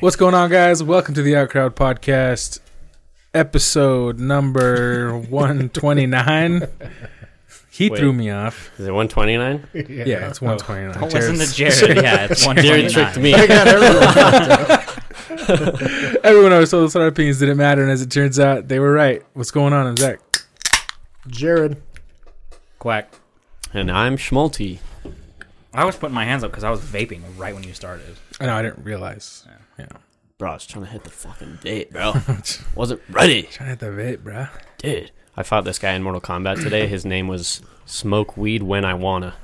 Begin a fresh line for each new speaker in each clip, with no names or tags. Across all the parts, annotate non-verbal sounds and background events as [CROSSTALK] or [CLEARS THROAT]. What's going on, guys? Welcome to the Out Crowd Podcast, episode number 129. He
Wait.
threw me off.
Is it 129?
Yeah, it's 129.
Don't listen to
Cheers. [LAUGHS]
Jared. Yeah, it's one
Jared tricked me.
Everyone always told us our opinions didn't matter, and as it turns out, they were right. What's going on? I'm Zach.
Jared.
Quack.
[LAUGHS] and I'm Schmalti.
I was putting my hands up because I was vaping right when you started.
I know, I didn't realize. Yeah.
Bro, I was trying to hit the fucking date, bro. Wasn't ready.
Trying to hit the vape, bruh.
Dude. I fought this guy in Mortal Kombat today. His name was Smoke Weed When I Wanna.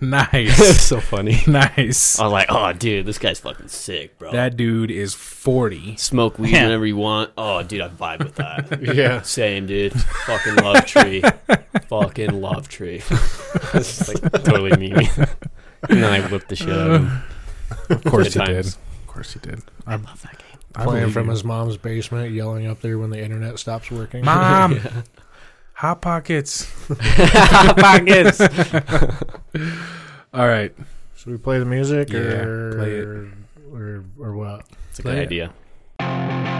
Nice.
[LAUGHS] so funny.
nice.
I was like, oh, dude, this guy's fucking sick, bro.
That dude is 40.
Smoke weed
Yeah.
whenever you want. Oh, dude, I vibe with that.
Yeah.
Same, dude. Fucking love tree. fucking love tree. it's just, like totally [LAUGHS] me. and then I whipped the shit out of him.
Of course
Good
he did.
times.
Of course he did. I'm
love that game.
Playing from his mom's basement, yelling up there when the internet stops
[LAUGHS]
working.
Mom, Hot Pockets.
Pockets.
All right.
[LAUGHS] Should we play the music
Yeah,
or,
play it.
or or what?
It's a
Play
good
it.
idea.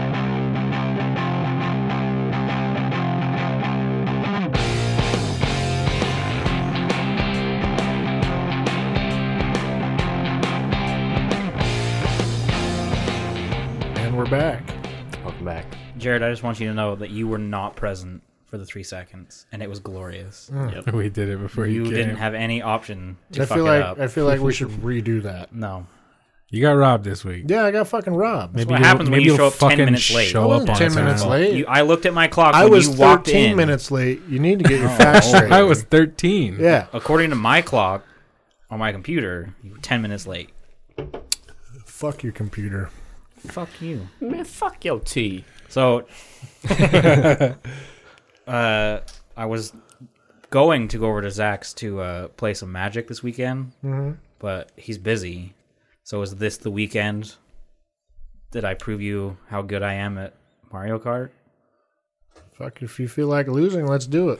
And we're back.
Welcome back.
Jared, I just want you to know that you were not present for the three seconds, and it was glorious.
Yep.
We did it before you,
you
came.
didn't have any option to
I
fuck
feel
it
like
up.
I feel like we should redo that.
no.
You got robbed this week.
Yeah, I got fucking robbed.
Maybe
what
you'll-
happens when
maybe
you
you'll
show up 10
fucking
minutes late.
Show
I
up on
wasn't 10
time.
minutes late.
You, I looked at my clock
I
when
was
you walked
13
in. Oh,
minutes late. You need to
[LAUGHS]
get your facts straight.
I was 13.
Yeah.
According to my clock on my computer, you were 10 minutes late.
Fuck your computer.
Fuck you.
Man, fuck your tea.
[LAUGHS]
So, uh, I was going to go over to Zach's to uh, play some Magic this weekend,
Mm-hmm.
but he's busy. So is this the weekend? Did I prove you how good I am at Mario Kart?
Fuck if you feel like losing, let's
[LAUGHS]
do it.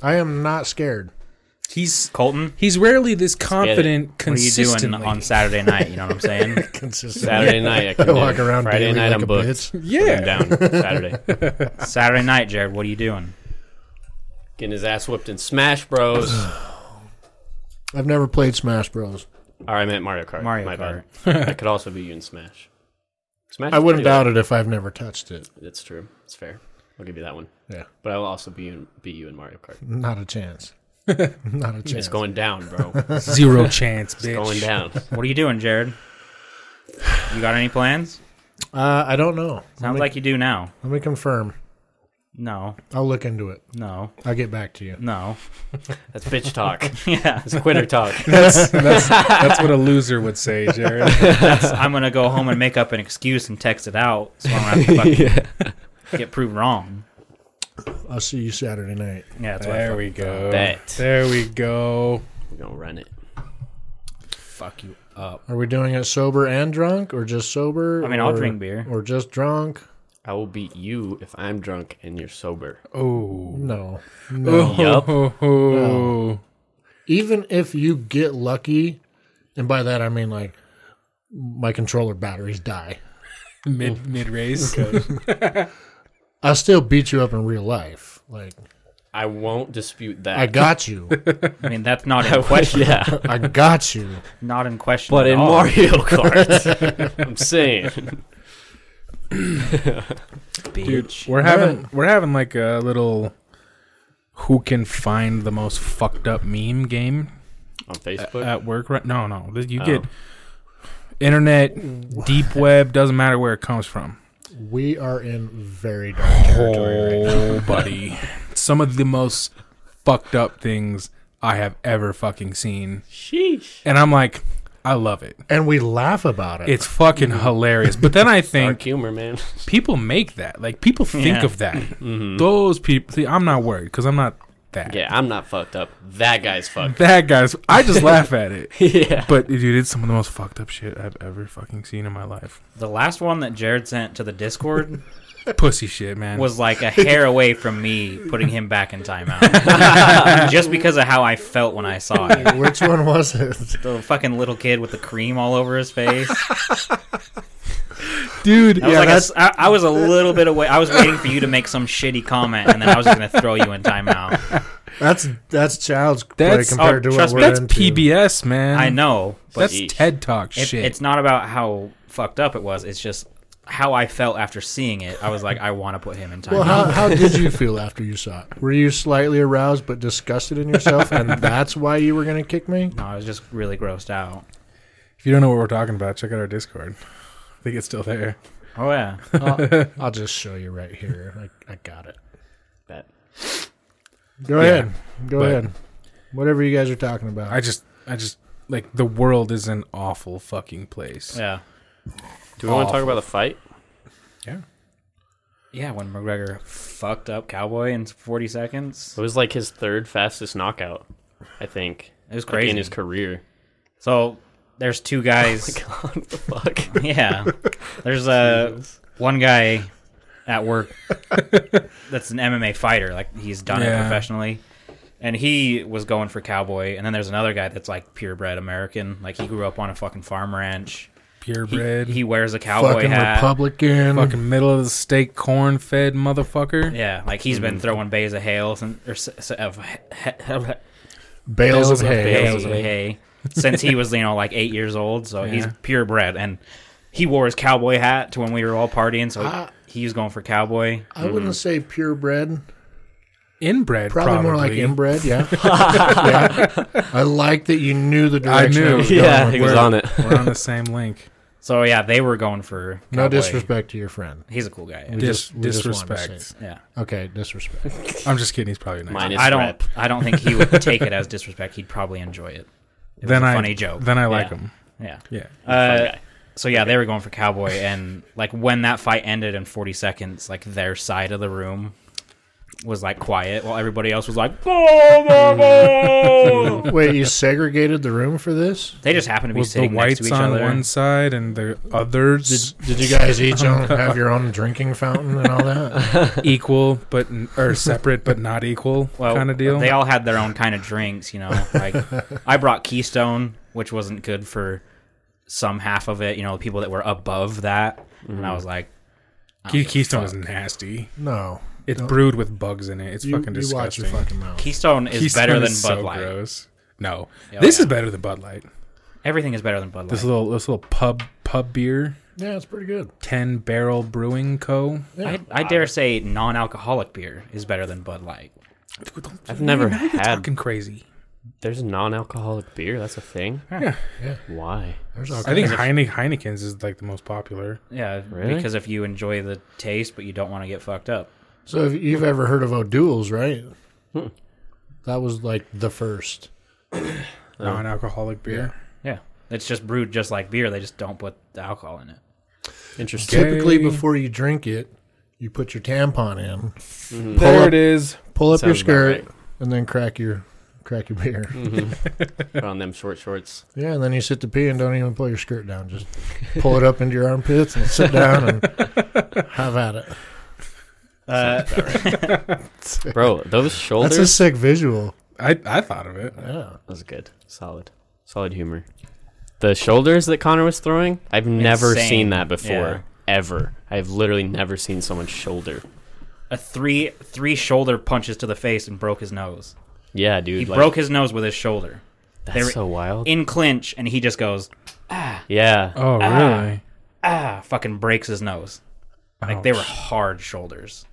I am not scared.
He's
Colton,
he's rarely this confident
what are you doing
consistently.
on Saturday night? You
[LAUGHS]
know what I'm saying?
Consistent.
Saturday night,
[LAUGHS]
I can
I
do
walk
it.
around
Friday
daily
night,
like
I'm
a
booked.
bitch.
I'm
yeah.
[LAUGHS]
down Saturday.
Saturday night, Jared, what are you doing?
Getting his ass whipped in Smash
[SIGHS]
Bros.
I've never played Smash Bros.
Or I meant Mario Kart.
Mario
My
Kart.
bad. I could also be you in Smash. Smash.
I
is
wouldn't
pretty
doubt it if I've never touched it.
low. That's true. It's fair. I'll give you that one.
Yeah.
But I will also be you, beat you in Mario Kart.
Not
[LAUGHS]
a chance. Not a
It's
chance.
going down,
[LAUGHS]
bro. It's
[LAUGHS] Zero chance, bitch.
going down.
What are you doing, Jared? You got any plans?
Uh, I don't know. Let
Sounds
me,
like you do now.
let me confirm.
No,
I'll look into it.
no,
I'll get back to you.
no. [LAUGHS]
That's bitch talk.
Yeah.
It's quitter
[LAUGHS]
talk.
[LAUGHS] That's,
[LAUGHS]
that's, that's what a loser would say, Jared.
So I'm gonna go home and make up an excuse and text it out, so I don't have
[LAUGHS]
to fucking get proved wrong.
I'll see you Saturday night.
Yeah, that's
there
what
we go.
Bet.
There we go.
We're gonna run it.
fuck you up.
Are we doing it sober and drunk, or just sober?
I mean, I'll
or-
drink beer.
Or just drunk?
I will beat you if I'm drunk and you're sober.
Oh.
No.
Oh.
No.
Yup.
ho, ho.
Even if you get lucky, and by that I mean like my controller batteries die,
Mid mid race.
I'll still beat you up in real life. Like
I won't dispute that.
I
[LAUGHS]
got you.
I mean, that's
[LAUGHS]
not in question.
question. Yeah.
I got you.
Not in question.
But
at
in
all. [LAUGHS]
Mario Kart, I'm
[LAUGHS]
saying.
Dude, [LAUGHS] we're having we're having like a little who can find the most fucked up meme game
on Facebook.
Uh,
at work right no no th- you
Oh.
get internet deep web doesn't matter where it comes from
We are in very dark territory right now.
oh buddy some of the most fucked up things i have ever fucking seen
Sheesh.
and i'm like i love it
and we laugh about it.
it's fucking
Mm-hmm.
hilarious but then i
Dark
think
humor, man. [LAUGHS]
people make that like people think
Yeah. Mm-hmm.
of that
[LAUGHS]
those people see, i'm not worried because i'm not that
Yeah, I'm not fucked up. That guy's fucked.
that guy's i
[LAUGHS]
just laugh at it
yeah.
but dude it's some of the most fucked up shit i've ever fucking seen in my life
The last one that Jared sent to the Discord
pussy shit man
was like a hair away from me putting him back in
[LAUGHS]
timeout, just because of how I felt when I saw it.
Which one was it?
The fucking little kid with the cream all over his face.
dude.
I was
yeah,
like a
that's
s- I- I was a little bit away. I was waiting for you to make some shitty comment, and then I was going to throw you in timeout.
That's that's child's play
That's- uh,
compared
oh,
to what
trust
we're
me,
that's
into.
PBS, man.
I know, but
That's
Yeesh.
TED Talk
it-
shit.
it's not about how fucked up it was. It's just how I felt after seeing it. I was like, I want to put him in timeout.
Well, how, how did you feel after you saw it? Were you slightly aroused but disgusted in
[LAUGHS]
yourself, and that's why you were going to kick me?
no, I was just really grossed out.
if you don't know what we're talking about, check out our Discord. I think it's still there.
Oh yeah,
I'll, I'll just show you right here. I, I got it.
Bet.
Go
Yeah,
ahead. Go
but-
ahead. Whatever you guys are talking about.
I just, I just like the world is an awful fucking place.
yeah,
Do we want to talk about the fight?
yeah. When McGregor fucked up Cowboy in 40 seconds,
It was like his third fastest knockout, I think,
it was
like,
crazy.
in his career.
so there's two guys.
[LAUGHS] Oh God, what the [LAUGHS] fuck.
yeah. There's uh, one guy at work [LAUGHS] that's an MMA fighter. Like he's done it
Yeah.
professionally. And he was going for cowboy. And then there's another guy that's like purebred American. Like he grew up on a fucking farm ranch. He,
Purebred,
he wears a cowboy
fucking
hat.
Republican.
fucking middle of the state corn fed motherfucker.
Yeah, like he's been throwing bays of hail since, or s- s- of he- he-
bales,
Bales
of
of
hay.
bales
Bales
of
of
hay since he was you know like eight years old. So he's
Yeah.
purebred, and he wore his cowboy hat to when we were all partying. So
Ah.
he was going for cowboy.
I
Mm.
wouldn't say purebred.
Inbred,
Probably,
probably,
more like inbred.
[LAUGHS]
Yeah. Yeah. I like that you knew the
I
direction.
knew.
was going
Yeah,
with
he was
that.
on it.
We're on the same link.
So yeah, they were going for
No
Cowboy.
disrespect to your friend.
He's a cool guy.
[LAUGHS] We
Dis-
just- we just wanted to
disrespect.
say
Yeah,
it. okay, disrespect.
I'm just kidding. He's probably nice.
Minus
I don't.
rep.
I don't think
[LAUGHS]
he would take it as disrespect. He'd probably enjoy it. It
then
was a
I
funny joke.
Then I like
Yeah.
him.
yeah.
Yeah.
Fun
Uh,
guy.
so yeah, they were going for cowboy, and like when that fight ended in 40 seconds, like their side of the room was like quiet, while everybody else was like, "Oh,
[LAUGHS]
mama!"
Wait, you segregated the room for this?
they just happened to be
Was the
sitting next to
whites
each
on
other.
one side and
[LAUGHS]
the others
Did, did you guys each own, have your own drinking fountain and all that?
[LAUGHS] equal but n-
[LAUGHS]
or separate but not equal
well,
kind of deal?
They all had their own kind of drinks, you know.
[LAUGHS]
Like I brought Keystone, which wasn't good for some half of it. You know, the people that were above that, and I was like, I don't
Mm-hmm. Key-
give a
Keystone is
fuck.
nasty.
No.
It's
Don't-
brewed with bugs in it. It's
You,
fucking
you watch
disgusting.
your fucking mouth.
Keystone is
Keystone
better than
is
Bud
so
Light. Oh,
Gross. No,
Yeah,
this
yeah.
is better than Bud Light.
Everything is better than Bud Light.
This little this little pub pub beer,
Yeah, it's pretty good.
Ten Barrel Brewing Co.
Yeah.
I, I dare say non-alcoholic beer is better than Bud Light.
I've never
Now you're
had.
talking crazy.
There's non-alcoholic beer. That's a thing.
Yeah.
Yeah.
Why?
There's all
I think
kinds of-
Heine- Heineken's is like the most popular.
Yeah,
Really?
because if you enjoy the taste but you don't want to get fucked up.
So if you've ever heard of O'Doul's, right? That was like the first.
Oh.
non-alcoholic beer.
Yeah. It's just brewed just like beer. They just don't put the alcohol in it. [LAUGHS]
Interesting.
Typically,
Okay.
before you drink it, you put your tampon in,
There
up-
it is.
pull up your
Sounds about
skirt, and then crack your crack your beer.
Put on them short shorts.
Yeah, and then you sit to pee and don't even pull your skirt down. Just pull it up into your armpits and sit down and have at it.
Uh,
Bro, those
That's a
shoulders.
sick visual.
I I thought of it.
Yeah.
That was good. Solid. Solid humor. The shoulders that Connor was throwing, I've never
Insane.
seen that before.
Yeah.
Ever. I've literally never seen someone's shoulder.
a three three shoulder punches to the face and broke his nose.
Yeah, dude.
He
like,
broke his nose with his shoulder.
That's
they were-
so wild.
In clinch and he just goes,
yeah.
Oh really?
ah, fucking breaks his nose. Like they were hard shoulders.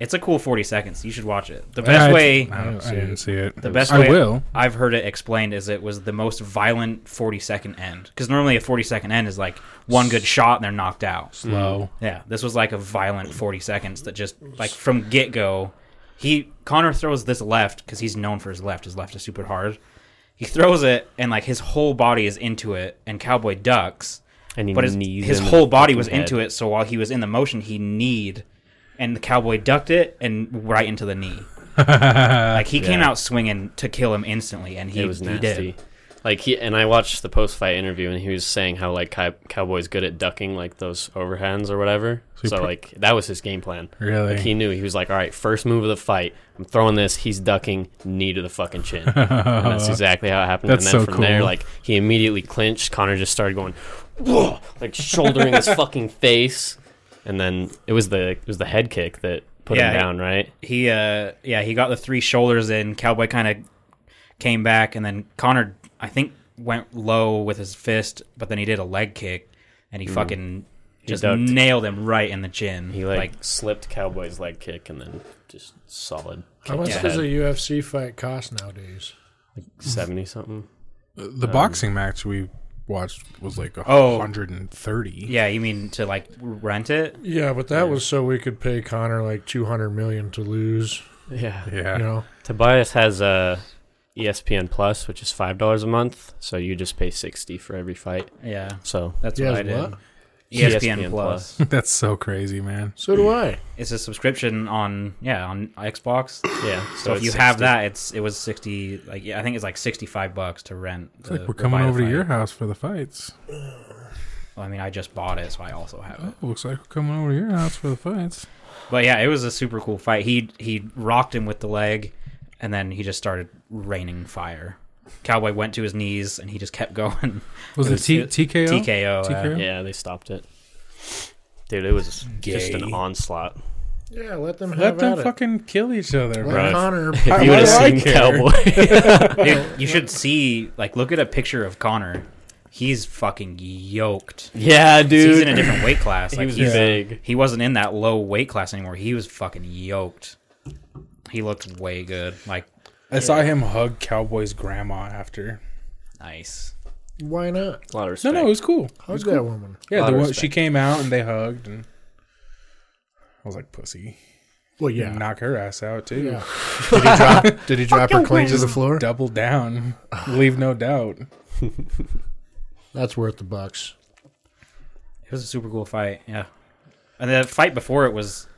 It's a cool 40 seconds. You should watch it. The best
I,
way
I, don't- I didn't see it.
The best
I
way
will.
I've heard it explained is it was the most violent 40 second end. Because normally a 40 second end is like one good shot and they're knocked out.
Low.
Yeah, this was like a violent 40 seconds that just, like, from get go, he, Connor throws this left because he's known for his left. His left is super hard. He throws it and, like, his whole body is into it and Cowboy ducks.
And he
But his,
knees
his
him in
whole
the
body
fucking
was into
head.
it. So while he was in the motion, he kneed and the Cowboy ducked it and right into the knee. like, he came
Yeah.
out swinging to kill him instantly and he,
it was
he
nasty.
did.
Like he and I watched the post fight interview and he was saying how like cow- Cowboy's good at ducking like those overhands or whatever. So,
he pr-
like that was his game plan.
Really?
Like he knew he was like, all right, first move of the fight, I'm throwing this. He's ducking, knee to the fucking
[LAUGHS]
chin. and that's exactly how it happened.
That's
and then
so
from there,
cool.
like he immediately clinched. Connor just started going like shouldering
[LAUGHS]
his fucking face, and then it was the it was the head kick that put
Yeah,
him down, right?
He uh yeah, he got the three shoulders in. Cowboy kind of came back and then Connor I think went low with his fist, but then he did a leg kick and he fucking just
Mm. ducked.
nailed him right in the chin.
He like, slipped Cowboy's leg kick and then just solid.
How much
kicked
does
his
a
head.
UFC fight cost nowadays?
Seventy something.
The boxing match we watched was like a
um, Oh.
130.
yeah, you mean to like rent it?
Yeah, but that was so we could pay Connor like two hundred million to lose.
Yeah.
Yeah.
You know,
Tobias has a E ESPN Plus, which is five dollars a month, so you just pay sixty for every fight.
Yeah.
So
That's
He
what
has
I did. E
what?
ESPN,
ESPN
Plus.
[LAUGHS] That's so crazy, man.
so do I.
[LAUGHS] it's a subscription on yeah, on
[COUGHS]
Xbox.
yeah. So,
So if
it's
you have
60.
that, it's it was sixty. Like yeah, I think it's like sixty five bucks to rent.
It's like
the-
we're
the
coming
buy the
over to
fight.
your house for the fights.
Well, I mean, I just bought it, so I also have it.
Looks like we're coming over to your house for the fights.
But yeah, it was a super cool fight. He he rocked him with the leg, and then he just started raining fire. Cowboy went to his knees, and he just kept [LAUGHS] going.
Was it,
was-
T-
it-
TKO?
TKO. uh,
TKO?
yeah, they stopped it. Dude, it was just
Gay.
an onslaught.
Yeah, let them
Let
have
them
at it.
fucking kill each other,
Let
bro.
Right.
Connor.
If
Why
you would have
do I
seen
care?
Cowboy, [LAUGHS]
dude, you should see. Like, look at a picture of Connor. He's fucking yoked.
yeah, dude,
He's in a different weight class.
he
Like,
was
he's-
big.
he wasn't in that low weight class anymore. He was fucking yoked. He looked way good. Like
I saw him hug Cowboy's grandma after.
nice.
Why not?
A lot
No,
of respect.
no, it was cool.
Hug that woman.
Yeah,
Lot
the
of
one,
respect.
she came out and they hugged, and I was like, "Pussy,
Well, yeah.
knock her ass out too."
[LAUGHS] Yeah. Did he drop? Did he drop her clean to the floor?
Double down, leave no doubt.
That's worth the bucks.
It was a super cool fight. Yeah, and the fight before it was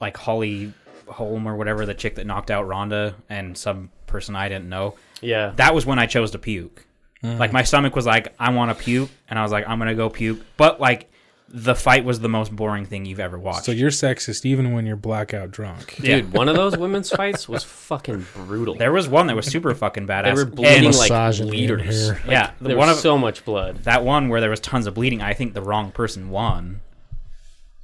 like Holly Holm or whatever, the chick that knocked out Ronda and some person I didn't know.
Yeah,
That was when I chose to puke.
Mm.
Like my stomach was like, I want to puke, and I was like, I'm gonna go puke. But like, the fight was the most boring thing you've ever watched.
So you're sexist even when you're blackout drunk.
Yeah.
dude, one of those women's fights was fucking brutal.
there was one that was super fucking badass.
they were
and-
bleeding like
Misogyny in
liters.
here.
yeah, the-
There
one
was
of
so much blood.
that one where there was tons of bleeding, I think the wrong person won.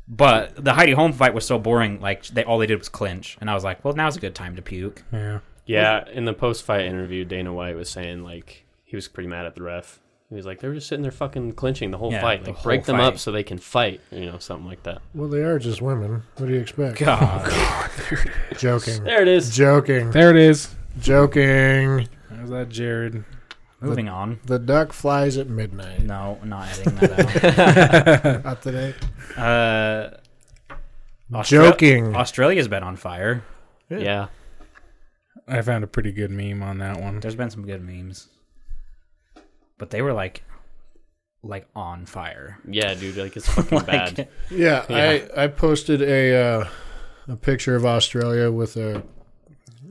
But the Heidi Holm fight was so boring. Like they all they did was clinch, and I was like, "Well, now's a good time to puke."
Yeah,
[LAUGHS] Yeah, in the post-fight interview, Dana White was saying like he was pretty mad at the ref. He was like, they were just sitting there fucking clinching the whole
Yeah,
fight.
the
Like break
whole
them up
fight.
so they can fight. You know, something like that.
Well, they are just women. What do you expect?
God,
Joking.
There it is.
Joking.
there it is.
Joking.
There's that Jared.
moving on.
The duck flies
[LAUGHS]
at midnight.
No, not editing that
Not today.
out. [LAUGHS] uh, Austra-
Joking.
Australia's been on fire.
Yeah.
Yeah,
I found a pretty good meme on that one.
There's been some good memes, but they were like, like on [LAUGHS] fire.
yeah, dude. Like it's fucking
[LAUGHS] Like,
bad.
Yeah,
Yeah.
I I posted a uh, a picture of Australia with a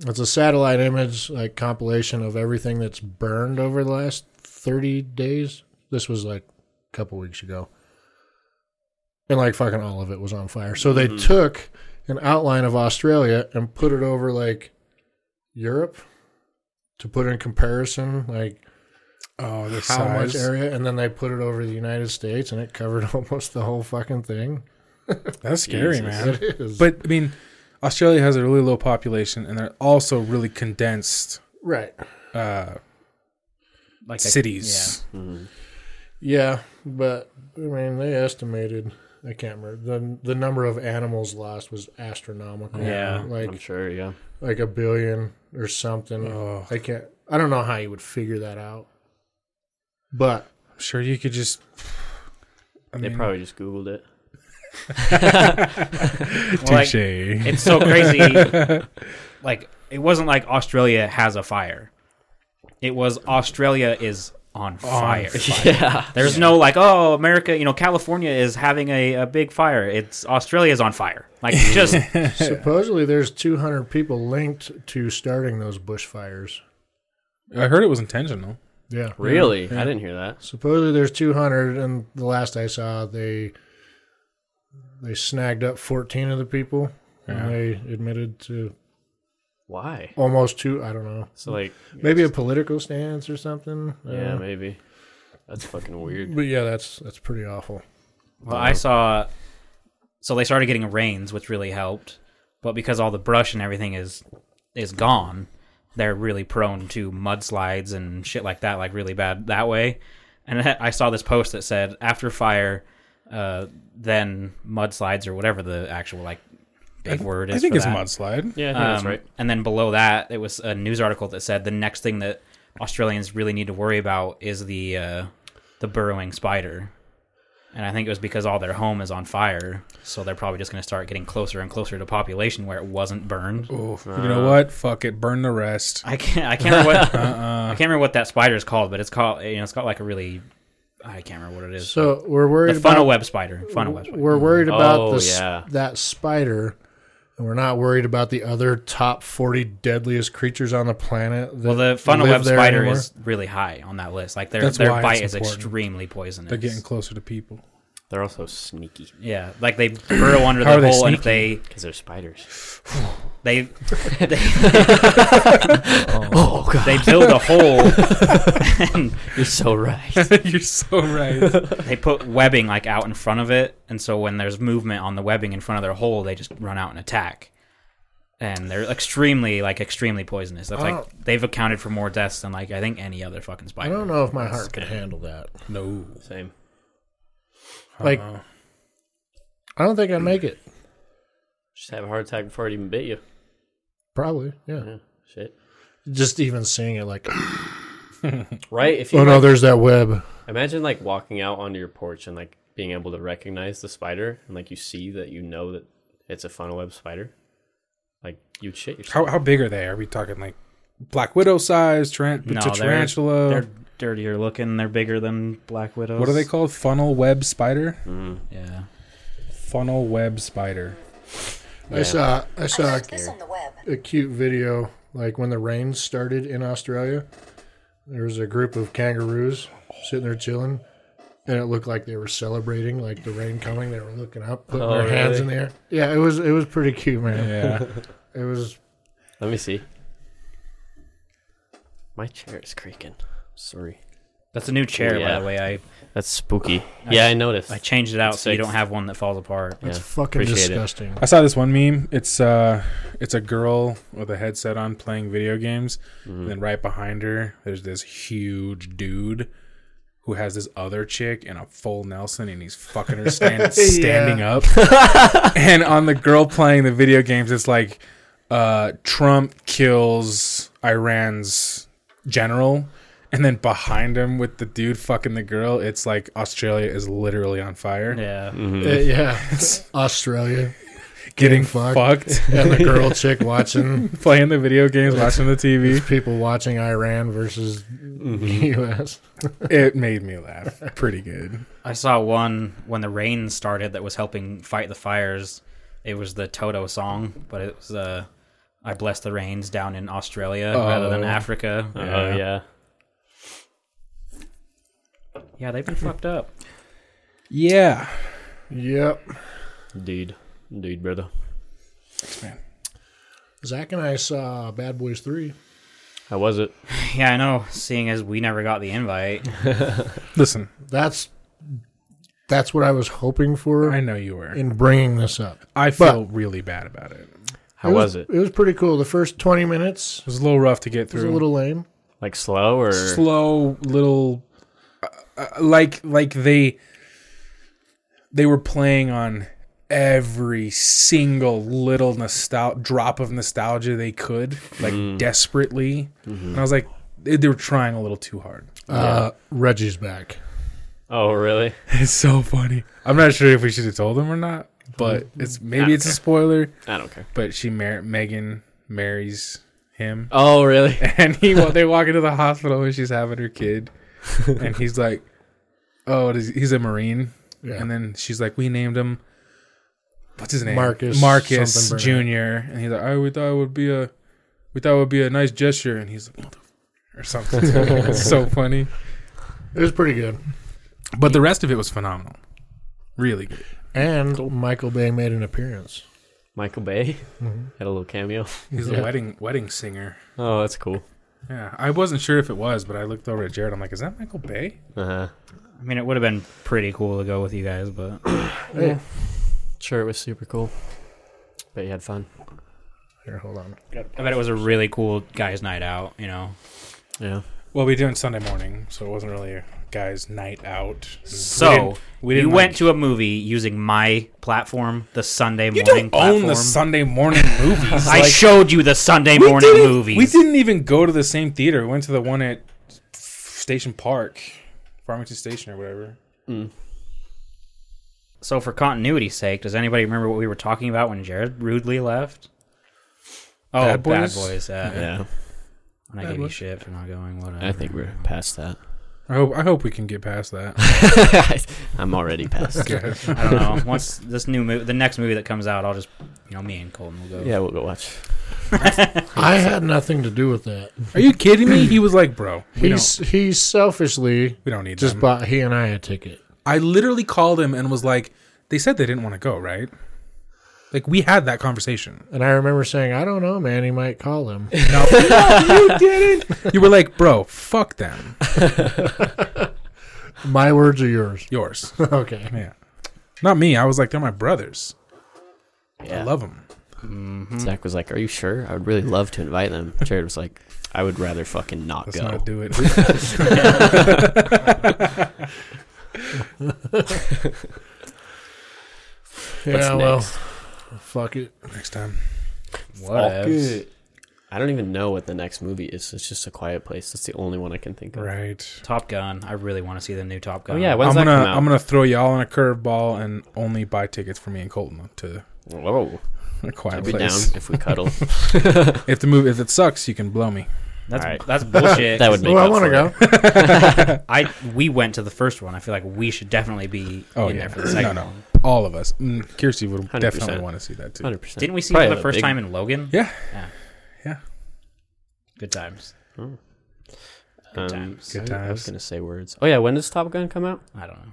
it's a satellite image like compilation of everything that's burned over the last 30 days. This was like a couple weeks ago. And like fucking all of it was on fire. So they took an outline of Australia and put it over like Europe to put in comparison like
Oh, the
how
size.
much area and then they put it over the United States and it covered [LAUGHS] almost the whole fucking thing.
That's scary,
Jesus.
man.
It is.
But I mean, Australia has a really low population, and they're also really condensed
Right.
uh,
Like a-
cities.
Mm-hmm.
Yeah, but I mean, they estimated. I can't remember the the number of animals lost was astronomical.
Yeah.
I'm
like
sure. Yeah,
like a billion or something.
Oh.
I can't. I don't know how you would figure that out. But
I'm sure you could just. I
they
mean,
probably just googled it.
Well, like,
touche.
it's so crazy. like it wasn't like Australia has a fire. It was Australia is on fire.
Yeah,
There's no like, oh, America, you know, California is having a, a big fire. It's Australia's on fire. [LAUGHS] Like just
supposedly, there's 200 people linked to starting those bushfires.
I heard it was intentional.
Yeah,
really. I didn't hear that.
Supposedly, there's 200, and the last I saw, they they snagged up 14 of the people, and they admitted to
Why?
almost two. I don't know.
So like,
Maybe a uh, political stance or something. I don't
yeah,
know.
maybe. That's fucking weird.
[LAUGHS] But yeah, that's that's pretty awful.
Well, I saw. So they started getting rains, which really helped. But because all the brush and everything is is gone, they're really prone to mudslides and shit like that, like really bad that way. And [LAUGHS] I I saw this post that said, "After fire, uh, then mudslides or whatever the actual like big word is."
I think
for
it's
that.
mudslide.
Yeah, I think that's
Um,
right.
And then below that, it was a news article that said the next thing that Australians really need to worry about is the uh, the burrowing spider. And I think it was because all their home is on fire, so they're probably just going to start getting closer and closer to population where it wasn't burned.
Oh, you know what? Fuck it. Burn the rest.
Ah. I can't. I can't remember what. I can't remember what that spider is called, but it's called. You know, it's got like a really. I can't remember what it is.
So we're worried
the funnel
about
web spider. Funnel web. Spider.
we're worried about
Oh,
the s-
yeah.
that spider, and we're not worried about the other top forty deadliest creatures on the planet. That
Well, the funnel
live
web
there
spider
anymore.
is really high on that list. Like their
That's
their
why
bite
it's
is
important.
extremely poisonous.
They're getting closer to
[LAUGHS]
people. [LAUGHS]
They're also sneaky
Yeah, like they burrow under
How are
the
they
hole, and if they
because they're spiders.
they they, they build a hole and
[LAUGHS] You're so right.
You're so
[LAUGHS]
right.
they put webbing like out in front of it, and so when there's movement on the webbing in front of their hole, they just run out and attack. And they're extremely like extremely poisonous. That's
I
like they've accounted for more deaths than like I think any other fucking
Oh. I
spider.
don't know if my heart could handle that.
no.
Same.
Like, I don't think I'd make it.
Just have a heart attack before it even bit you.
Probably, yeah.
Yeah, shit.
Just even seeing it, like, oh
Right? If you
no, there's that web.
Imagine like walking out onto your porch and like being able to recognize the spider and like you see that you know that it's a funnel web spider. Like you'd shit yourself.
How how big are they? Are we talking like Black Widow size? Tran-
No,
to
they're-
tarantula?
They're dirtier looking. They're bigger than black widows.
what are they called? Funnel web spider.
Mm. Yeah.
Funnel web spider.
I saw, I
I
saw
learned this on the web.
a, a cute video, like when the rain started in Australia. There was a group of kangaroos sitting there chilling, and it looked like they were celebrating, like the rain coming. They were looking up, putting
Oh,
their hands
really?
in the air. Yeah, it was, it was pretty cute, man.
Yeah.
It was.
Let me see. My chair is creaking. Sorry.
That's a new chair,
Yeah.
by the way. I,
That's spooky. yeah, I noticed.
I changed it out so you
Six.
don't have one that falls apart.
It's
Yeah,
fucking
appreciate it.
disgusting.
I saw this one meme. It's uh, it's a girl with a headset on playing video games, and then right behind her, there's this huge dude who has this other chick and a full Nelson, and he's fucking her stand, standing up. and on the girl playing the video games, it's like, uh, Trump kills Iran's general. And then behind him with the dude fucking the girl, it's like Australia is literally on fire,
Yeah.
Uh, yeah, Australia.
getting
fucked.
fucked.
and the girl chick watching
playing the video [LAUGHS] games, watching the TV.
people watching Iran versus U.S.
It made me laugh pretty good.
I saw one when the rain started that was helping fight the fires. It was the Toto song, but it was uh, "I bless the rains" down in Australia rather than
Oh.
Africa.
Oh yeah.
yeah, they've been fucked up.
Yeah.
Yep.
Dude. Dude, brother.
Zach and I saw Bad Boys Three.
How was it?
Yeah, I know. Seeing as we never got the invite,
Listen,
That's that's what I was hoping for
I know you were.
in bringing this up.
I feel really bad about it. It
How was, it?
It was pretty cool. The first twenty minutes
was a little rough to get
was a
through.
little lame.
Like slow or
slow, little uh, uh, like like they they were playing on every single little nostal- drop of nostalgia they could, like desperately. And I was like, they, they were trying a little too hard.
Uh, Reggie's back.
Oh really?
It's so funny. I'm not sure if we should have told him or not, but it's maybe it's a spoiler.
I don't care.
But she mar- Megan marries him,
Oh [LAUGHS] really?
[LAUGHS] and he wa- they walk [LAUGHS] into the hospital and she's having her kid, and he's like, "Oh, it is- he's a marine,"
Yeah.
and then she's like, "We named him." What's his name?
Marcus
Marcus
something
Junior. And he's like, "Oh, we thought it would be a, we thought it would be a nice gesture," and he's like, "Mother," or something. [LAUGHS] it's so funny.
It was pretty good.
But the rest of it was phenomenal. Really good.
And Michael Bay made an appearance.
Michael Bay had a little cameo.
He's
Yeah.
a wedding wedding singer.
Oh, that's cool.
Yeah, I wasn't sure if it was, but I looked over at Jared. I'm like, is that Michael Bay?
Uh huh.
I mean, it would have been pretty cool to go with you guys, but
Hey,
Sure, it was super cool. Bet you had fun.
here, hold on.
I bet it was a really cool guys' night out. You know,
Yeah.
Well, we did it Sunday morning, so it wasn't really a guy's night out.
So,
didn't- we didn't
you
like-
went to a movie using my platform, the Sunday
You
morning
don't
platform.
own the Sunday
[LAUGHS]
morning movies.
I
like-
showed you the Sunday
we
morning
didn't-
movies.
We didn't even go to the same theater. We went to the one at Station Park, Farmington Station or whatever.
So, for continuity's sake, does anybody remember what we were talking about when Jared rudely left? Oh,
Bad
Bad
Boys?
Boys. yeah.
Yeah.
And I
Bad
gave you
Boys.
shit for not going. Whatever.
I think we're past that.
I hope I hope we can get past that.
[LAUGHS] I'm already past. [LAUGHS] it.
Okay.
I don't know. [LAUGHS] Once this new movie, the next movie that comes out, I'll just, you know, me and Colton will go.
Yeah, we'll go watch.
I had nothing to do with that.
Are you kidding me? He was like, "Bro, we don't,
He's he selfishly
we don't need
just
them."
bought he and I a ticket.
I literally called him and was like, "They said they didn't want to go, right?" Like we had that
[LAUGHS]
conversation.
And I remember saying, I don't know, man, he might call him. [LAUGHS]
No, you didn't. [LAUGHS] You were like, "Bro, fuck them."
My words are yours. [LAUGHS]
Yours,
okay.
yeah, not me. I was like, "They're my brothers.
Yeah.
I love them."
Zach was like, "Are you sure? I would really love to invite them." Jared was like, "I would rather fucking not
Let's
go."
not do
[LAUGHS]
it.
yeah,
next?
well, fuck it.
Next time,
Whatevs.
I don't even know what the next movie is. It's just a quiet place. That's the only one I can think of.
right?
Top Gun. I really want to see the new Top Gun.
Oh yeah, when's
I'm
that
gonna
come out?
I'm gonna throw y'all in a curveball and only buy tickets for me and Colton to
Whoa,
a quiet
I'd be down
place.
if
[LAUGHS]
we cuddle.
If the movie if it sucks, you can blow me.
that's
All right.
that's
[LAUGHS]
bullshit.
that would make
Well, I
up
want to
for
go.
it.
I we went to the first one. I feel like we should definitely be
Oh
in
yeah,
there for the second
no, no,
one.
all of us. Mm, Kirsty would
100%.
definitely want to see that too.
Hundred percent.
Didn't we see it for the first time in Logan?
Yeah,
Yeah.
Yeah.
Good times.
Hmm.
Good
Um,
times.
good
I was
times.
gonna say words. Oh yeah, when does Top Gun come out?
I don't know.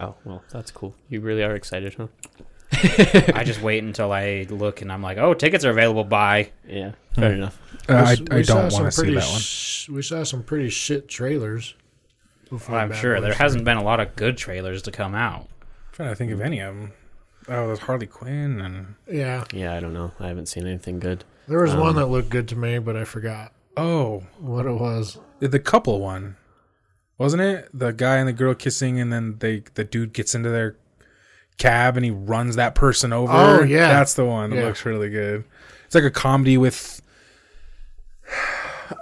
Oh well, that's cool. You really are excited, huh?
I just wait until I look and I'm like, oh, tickets are available by.
Yeah, fair enough.
Uh,
We
I,
s-
I
we saw
don't
some
want to see
pretty
that one.
sh- we saw some pretty shit trailers.
Oh,
before
I'm
Bad
sure there
Boys.
hasn't been a lot of good trailers to come out.
I'm trying to think of any of them. Oh, there's Harley Quinn and
Yeah,
Yeah, I don't know. I haven't seen anything good.
there was
Um,
one that looked good to me, but I forgot
oh,
what it was.
the couple one, wasn't it? The guy and the girl kissing, and then they the dude gets into their cab and he runs that person over.
Oh, yeah.
that's the one. It
Yeah.
looks really good. It's like a comedy with. [SIGHS]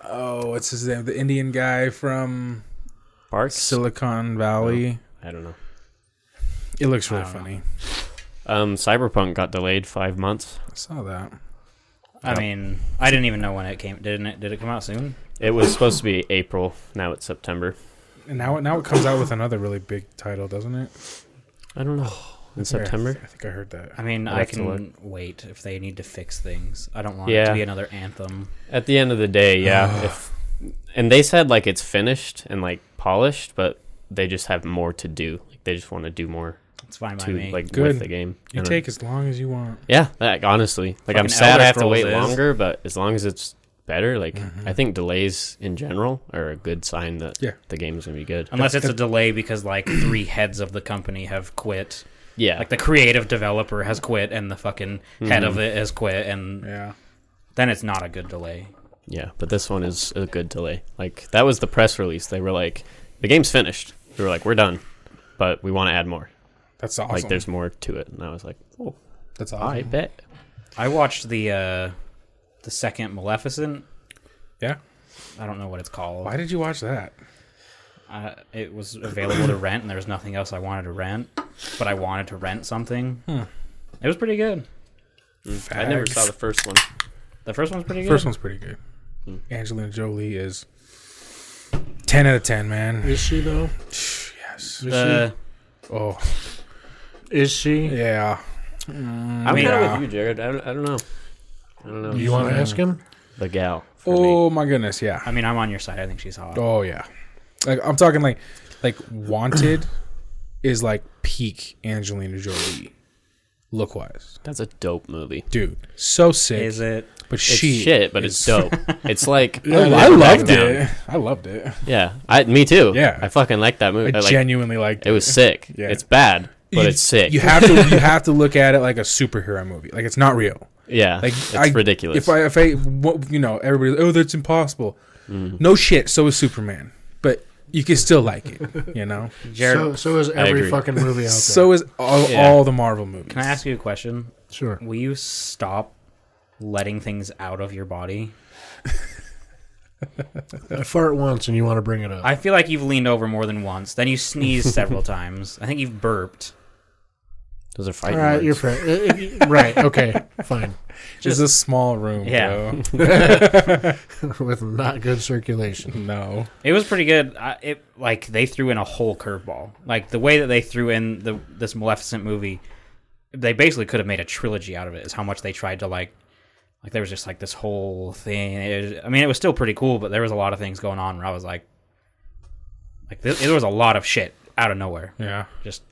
Oh, what's his name? The Indian guy from
Barks.
Silicon Valley.
Oh.
I don't know.
It looks really funny.
Um, Cyberpunk got delayed five months.
I saw that.
I mean, I didn't even know when it came. Didn't it? Did it come out soon?
It was supposed to be April. Now it's September.
And now, it now it comes out with another really big title, doesn't it?
I don't know. In
Here,
September.
I think I heard that.
I mean,
I'll
I
have to
can wait if they need to fix things. I don't want it
Yeah.
to be another anthem.
At the end of the day, yeah.
[SIGHS]
if, and they said like it's finished and like polished, but they just have more to do. Like they just want to do more
It's fine by
to
me.
like
Good.
with the game.
You
And-
take as long as you want.
Yeah, like honestly, like I'm
Fucking
sad
Elder
I have to
Scrolls
wait
is.
longer, but as long as it's better, like I think delays in general are a good sign that
Yeah.
the game's gonna be good.
Unless it's a delay
[CLEARS THROAT]
because like three heads of the company have quit.
yeah,
Like the creative developer has quit and the fucking head
Mm-hmm.
of it has quit and
Yeah.
then it's not a good delay.
yeah, but this one is a good delay. Like that was the press release. They were like, the game's finished. We were like, we're done, but we want to add more.
That's awesome.
Like there's more to it, and I was like, oh,
That's
I
awesome.
bet.
I watched the uh the second Maleficent.
Yeah.
I don't know what it's called.
Why did you watch that?
I, it was available to rent and there was nothing else I wanted to rent, but I wanted to rent something. It was pretty good.
I never saw the first one.
The first one's pretty good.
First one's pretty good.
Hmm.
Angelina Jolie is 10 out of 10, man.
Is she though?
Yes.
Is
The-
Oh,
she? Is she?
yeah.
I'm
mean-
kinda
uh,
Yeah.
with you, Jared. I don't, I don't know. I don't know.
You want to ask him?
the gal? For me.
Oh my goodness, yeah.
I mean, I'm on your side. I think she's hot.
Oh yeah. Like I'm talking like [CLEARS THROAT] like Wanted is like peak Angelina Jolie. look wise.
That's a dope movie.
Dude, so sick.
Is it?
but
It's
she
shit, but
is- [LAUGHS]
it's dope. it's like
I, I loved it. I loved it.
Yeah, I me too.
Yeah.
I fucking like that movie.
I
I like,
genuinely liked
it was sick.
Yeah.
It's bad, but
You-
it's sick.
You have to you have to look at it like a superhero movie. Like it's not real.
yeah,
Like
it's
I-
ridiculous.
If I if I what, you know everybody oh that's impossible.
Mm-hmm.
No shit. So is Superman, but you can still like it. You
[LAUGHS]
know.
Jared,
so, so is every
agree.
fucking movie
[LAUGHS]
out there.
So is all,
Yeah.
all the Marvel movies.
can I ask you a question?
sure.
Will you stop letting things out of your body?
I fart once and you want to bring it up.
I feel like you've leaned over more than once. Then you sneezed
[LAUGHS]
several times. I think you've burped.
Those are
All
fighting
right,
words.
you're fair. Uh, uh, you- [LAUGHS] right. Okay. Fine. [LAUGHS]
It's a small room,
Yeah.
[LAUGHS]
bro.
With not good circulation.
No.
It was pretty good. I, it like they threw in a whole curveball. Like the way that they threw in the this Maleficent movie, they basically could have made a trilogy out of it. Is how much they tried to like, like there was just like this whole thing. It- I mean, it was still pretty cool, but there was a lot of things going on where I was like, like there, there was a lot of shit out of nowhere,
Yeah.
just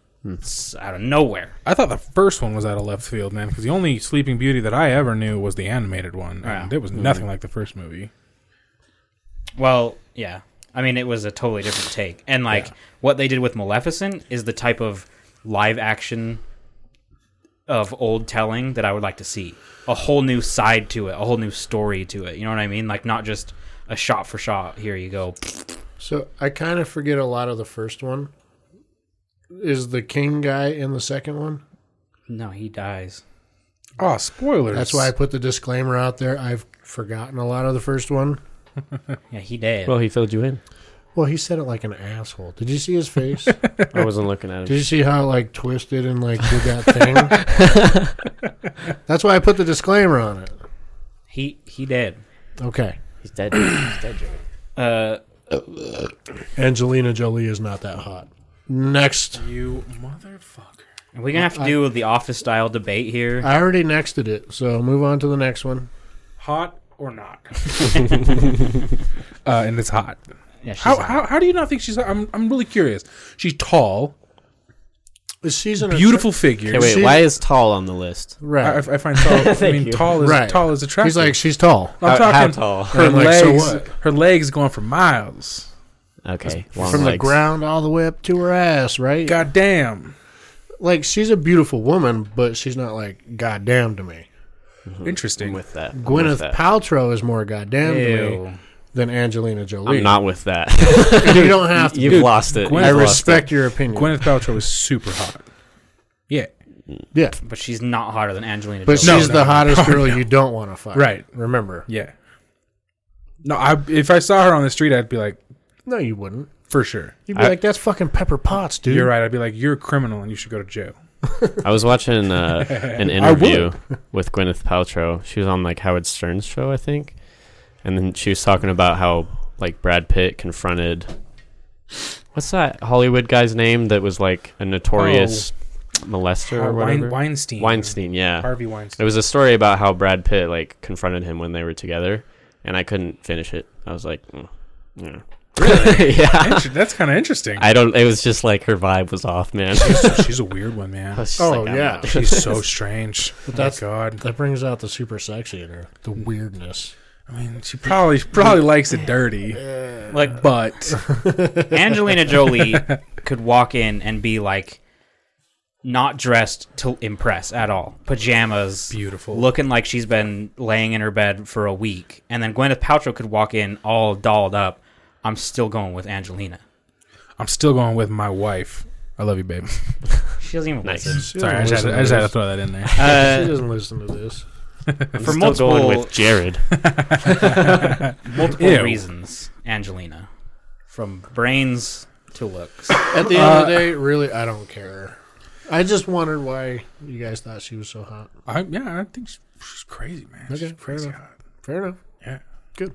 s out of nowhere.
I thought the first one was out of left field, man, because the only Sleeping Beauty that I ever knew was the animated one.
Yeah.
And there was
Mm-hmm.
nothing like the first movie.
Well, yeah. I mean, it was a totally different take. And like what they did with Maleficent is the type of live action of old telling that I would like to see. A whole new side to it, a whole new story to it. You know what I mean? Like not just a shot for shot. Here you go.
So I kind of forget a lot of the first one. Is the king guy in the second one?
No, he dies.
Oh, spoilers.
That's why I put the disclaimer out there. I've forgotten a lot of the first one.
Yeah, he did.
well, he
[LAUGHS]
filled you in.
Well, he said it like an asshole. [LAUGHS] Did you see his face?
I wasn't looking at
Did
him.
you see how it, like twisted and like did that thing? [LAUGHS] That's why I put the disclaimer on it.
he he did.
Okay.
He's dead. He's dead, Jared.
Uh
Angelina Jolie is not that hot. Next.
You motherfucker.
we're gonna have to do the office style debate here.
I already nexted it, so move on to the next one.
Hot or
[LAUGHS]
not? uh, and it's hot.
Yeah, she's
How,
like,
how, how do you not think she's hot? I'm, I'm really curious. She's tall,
Is season
beautiful figure.
Okay, wait.
She-
Why is tall on the list?
I, I
right?
find
[LAUGHS]
tall. I mean,
you. Uh,
tall is
Right.
tall is attractive.
He's like she's tall.
I'm
How-
talking
how tall?
Her
I'm like, so
legs,
what?
her legs going for miles.
Okay, long
from the
legs.
ground all the way up to her ass, right?
God damn.
Like she's a beautiful woman, but she's not like goddamn to me.
Interesting.
I'm Mm-hmm. with that. I'm with
Gwyneth
that.
Paltrow is more goddamn to me
Ew.
than Angelina Jolie.
I'm not with that.
[LAUGHS]
[LAUGHS]
And [LAUGHS] you don't have to.
You've
Dude,
lost it.
Gwyneth-
I
You've lost
respect your opinion.
Gwyneth Paltrow is super hot. Yeah.
yeah,
But she's not hotter than Angelina
but
Jolie.
No,
she's
no,
the
no.
hottest
Oh,
girl
no.
you don't want to fuck.
Right.
Remember?
Yeah. No, I if I saw her on the street, I'd be like,
No, you wouldn't.
for sure.
You'd be
I-
like, "That's fucking Pepper Potts, dude."
You're right. I'd be like, you're a criminal and you should go to jail.
I was watching
[LAUGHS]
uh, an interview with Gwyneth Paltrow. She was on like Howard Stern's show, I think, and then she was talking about how like Brad Pitt confronted what's that Hollywood guy's name that was like a notorious
Oh.
molester
Uh,
or whatever
Wein- Weinstein.
Weinstein, yeah.
Harvey
It [LAUGHS]
Weinstein.
was a story about how Brad Pitt like confronted him when they were together, and I couldn't finish it. I was like, mm, yeah. [LAUGHS] yeah.
Inter- That's kind of interesting.
I don't. It was just like her vibe was off, man. [LAUGHS]
she's, she's a weird one,
I [LAUGHS]
man.
was just
Oh,
like, I'm
yeah. [LAUGHS]
out.
She's so strange.
that's-
oh, God.
That brings out the super sexy in her, the weirdness.
I mean, she probably she probably likes it dirty, [LAUGHS]
like
but
Angelina Jolie could walk in and be like not dressed to impress at all. Pajamas,
Beautiful.
looking like she's been laying in her bed for a week. And then Gwyneth Paltrow could walk in all dolled up. I'm still going with Angelina.
I'm still going with my wife. I love you, babe.
She doesn't even
Nice.
listen.
She
Sorry, I
doesn't
just, had
listen
to, I just
to
had to
this.
throw that in there.
she
Uh,
doesn't listen to this.
I'm
for
still
multiple
going with [LAUGHS] Jared.
multiple
Ew.
reasons, Angelina, from brains to looks.
At the end
uh,
of the day, really, I don't care. I just wondered why you guys thought she was so hot.
I, yeah, I think she's, she's crazy, man.
Okay,
She's
fair
crazy
enough.
hot.
Fair enough.
Yeah.
Good.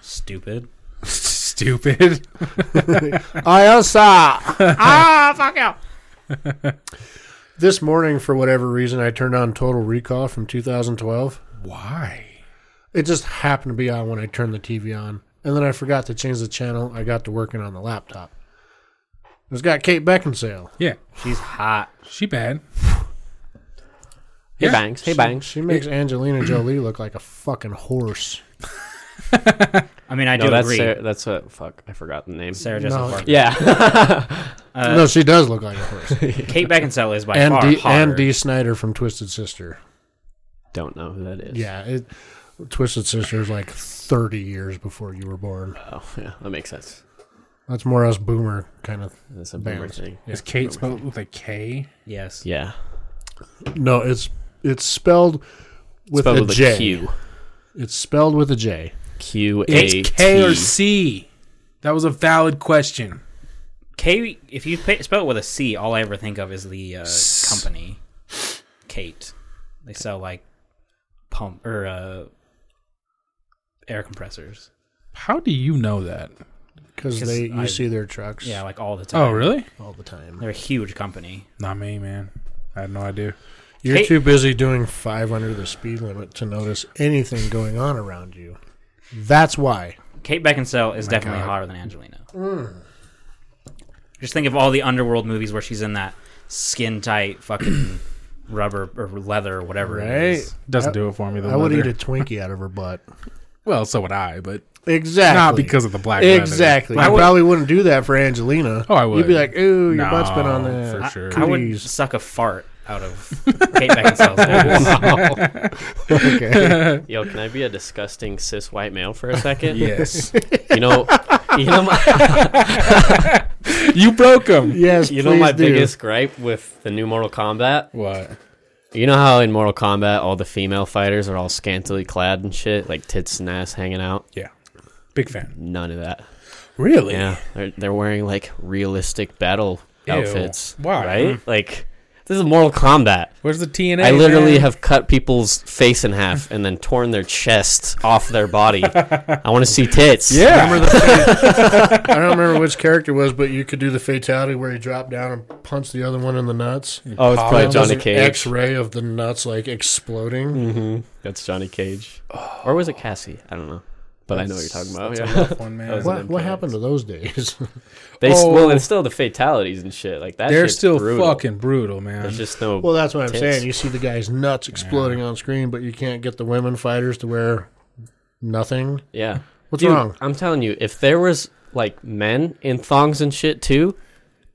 Stupid.
[LAUGHS] Stupid.
I also
oh, ah, fuck out.
[LAUGHS] this morning for whatever reason I turned on Total Recall from 2012.
Why?
It just happened to be on when I turned the TV on, and then I forgot to change the channel. I got to working on the laptop. It's got Kate Beckinsale.
Yeah,
She's hot.
she bad.
Hey
Yeah.
Banks. Hey
She-
Banks.
She
[CLEARS THROAT]
makes Angelina Jolie look like a fucking horse.
I mean, I
no,
do
that's
agree.
Sarah, that's what. Fuck, I forgot the name. [LAUGHS]
Sarah Jessica
No.
Parker.
Yeah. [LAUGHS]
Uh,
no, she does look like a horse.
Kate Beckinsale is by
and
far
D,
hotter.
and D. Snyder from Twisted Sister.
Don't know who that is.
Yeah, it, Twisted Sister is like thirty years before you were born.
Oh, yeah. That makes sense.
That's more us boomer kind of.
That's a boomer
Bangs.
thing.
Is Kate spelled with a K?
Yes.
Yeah.
No, it's it's spelled with
Spelled
a
with
J.
a Q.
It's spelled with a J.
Q A
It's K or
T.
C. That was a valid question.
K. If you pa spell it with a C, all I ever think of is the uh, company, Kate. They sell like pump or uh, air compressors.
How do you know that?
Because
'Cause
they, you
I-
see their trucks
Yeah, like all the time.
Oh, really?
all the time.
They're a huge company.
Not me, man. I had no idea.
You're
Kate-
too busy doing five under the speed limit to notice anything going on around you. That's why.
Kate Beckinsale is definitely
Oh God.
hotter than Angelina. Just think of all the underworld movies where she's in that
[COUGHS]
skin tight fucking rubber or leather or whatever it
Right?
is.
Doesn't
I-
do it for me. The
I would eat
leather.
a Twinkie out of her butt.
Well, so would I, but
[LAUGHS] Exactly.
not because of the black. leather.
Exactly.
Black
I
leather.
probably wouldn't do that for Angelina.
Oh, I would.
You'd be like, "Ooh, your
No,
butt's been on the
for
I-
sure.
I would
cooties."
suck a fart out of
[LAUGHS]
Kate Beckinsale's ass.
[LAUGHS] okay.
Yo, can I be a disgusting cis white male for a second?
Yes,
You know, you know
[LAUGHS]
my,
you broke him.
[LAUGHS] yes,
you know my
please do.
biggest gripe with the new Mortal Kombat.
What?
You know how in Mortal Kombat all the female fighters are all scantily clad and shit, like tits and ass hanging out.
Yeah, big fan.
None of that.
Really?
Yeah, they're, they're wearing like realistic battle
Ew.
outfits.
Why? Mm.
Right? Like this is Mortal Kombat.
Where's the TNA?
I literally
man?
have cut people's face in half and then torn their chest off their body. I want to see tits.
Yeah. [LAUGHS]
[LAUGHS] I don't remember [LAUGHS] which character it was, but you could do the fatality where you drop down and punch the other one in the nuts.
Oh, it's probably
That
Johnny
There's an
Cage.
X-ray of the nuts like exploding.
Mm-hmm.
That's Johnny Cage. [SIGHS] Or was it Cassie? I don't know. But I know what you're talking about.
That's
Yeah.
a rough one, man.
That was
What,
them
what
cats.
happened to those days? [LAUGHS]
They s
Oh.
well, it's still the fatalities and shit like that.
They're
shit's
still
brutal.
fucking brutal, man.
There's just no.
well, that's what I'm
Tits.
saying. You see the guy's nuts exploding on screen, but you can't get the women fighters to wear nothing.
yeah.
What's
Dude,
wrong?
I'm telling you, if there was like men in thongs and shit too,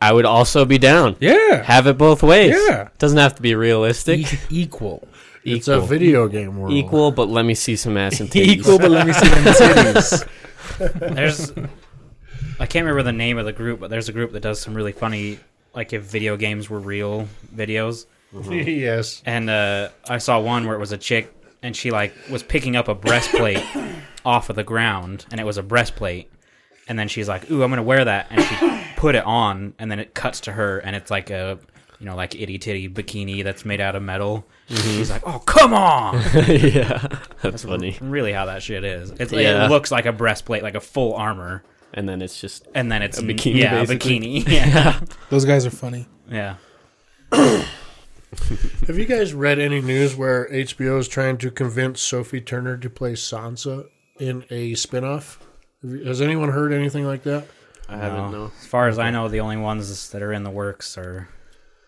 I would also be down.
yeah.
Have it both ways.
Yeah.
Doesn't have to be realistic.
E- equal.
It's a video game world.
Equal, but let me see some ass and titties.
Equal, but let me see them titties.
There's, I can't remember the name of the group, but there's a group that does some really funny, like if video games were real videos.
[LAUGHS] yes.
And uh, I saw one where it was a chick and she like was picking up a breastplate [COUGHS] off of the ground, and it was a breastplate. And then she's like, "Ooh, I'm gonna wear that," and she put it on, and then it cuts to her, and it's like a, you know, like itty titty bikini that's made out of metal. And She's like, "Oh, come
[LAUGHS]
on!" [LAUGHS]
yeah. That's funny.
really, how that shit is? It's,
Yeah.
It looks like a breastplate, like a full armor.
And then it's just.
and then it's
A bikini,
yeah, a
basically. [LAUGHS]
bikini. Yeah,
Those guys are funny.
yeah.
Have you guys read any news where HBO is trying to convince Sophie Turner to play Sansa in a spinoff? Have you- Has anyone heard anything like that?
I haven't, no.
As far as I know, the only ones that are in the works are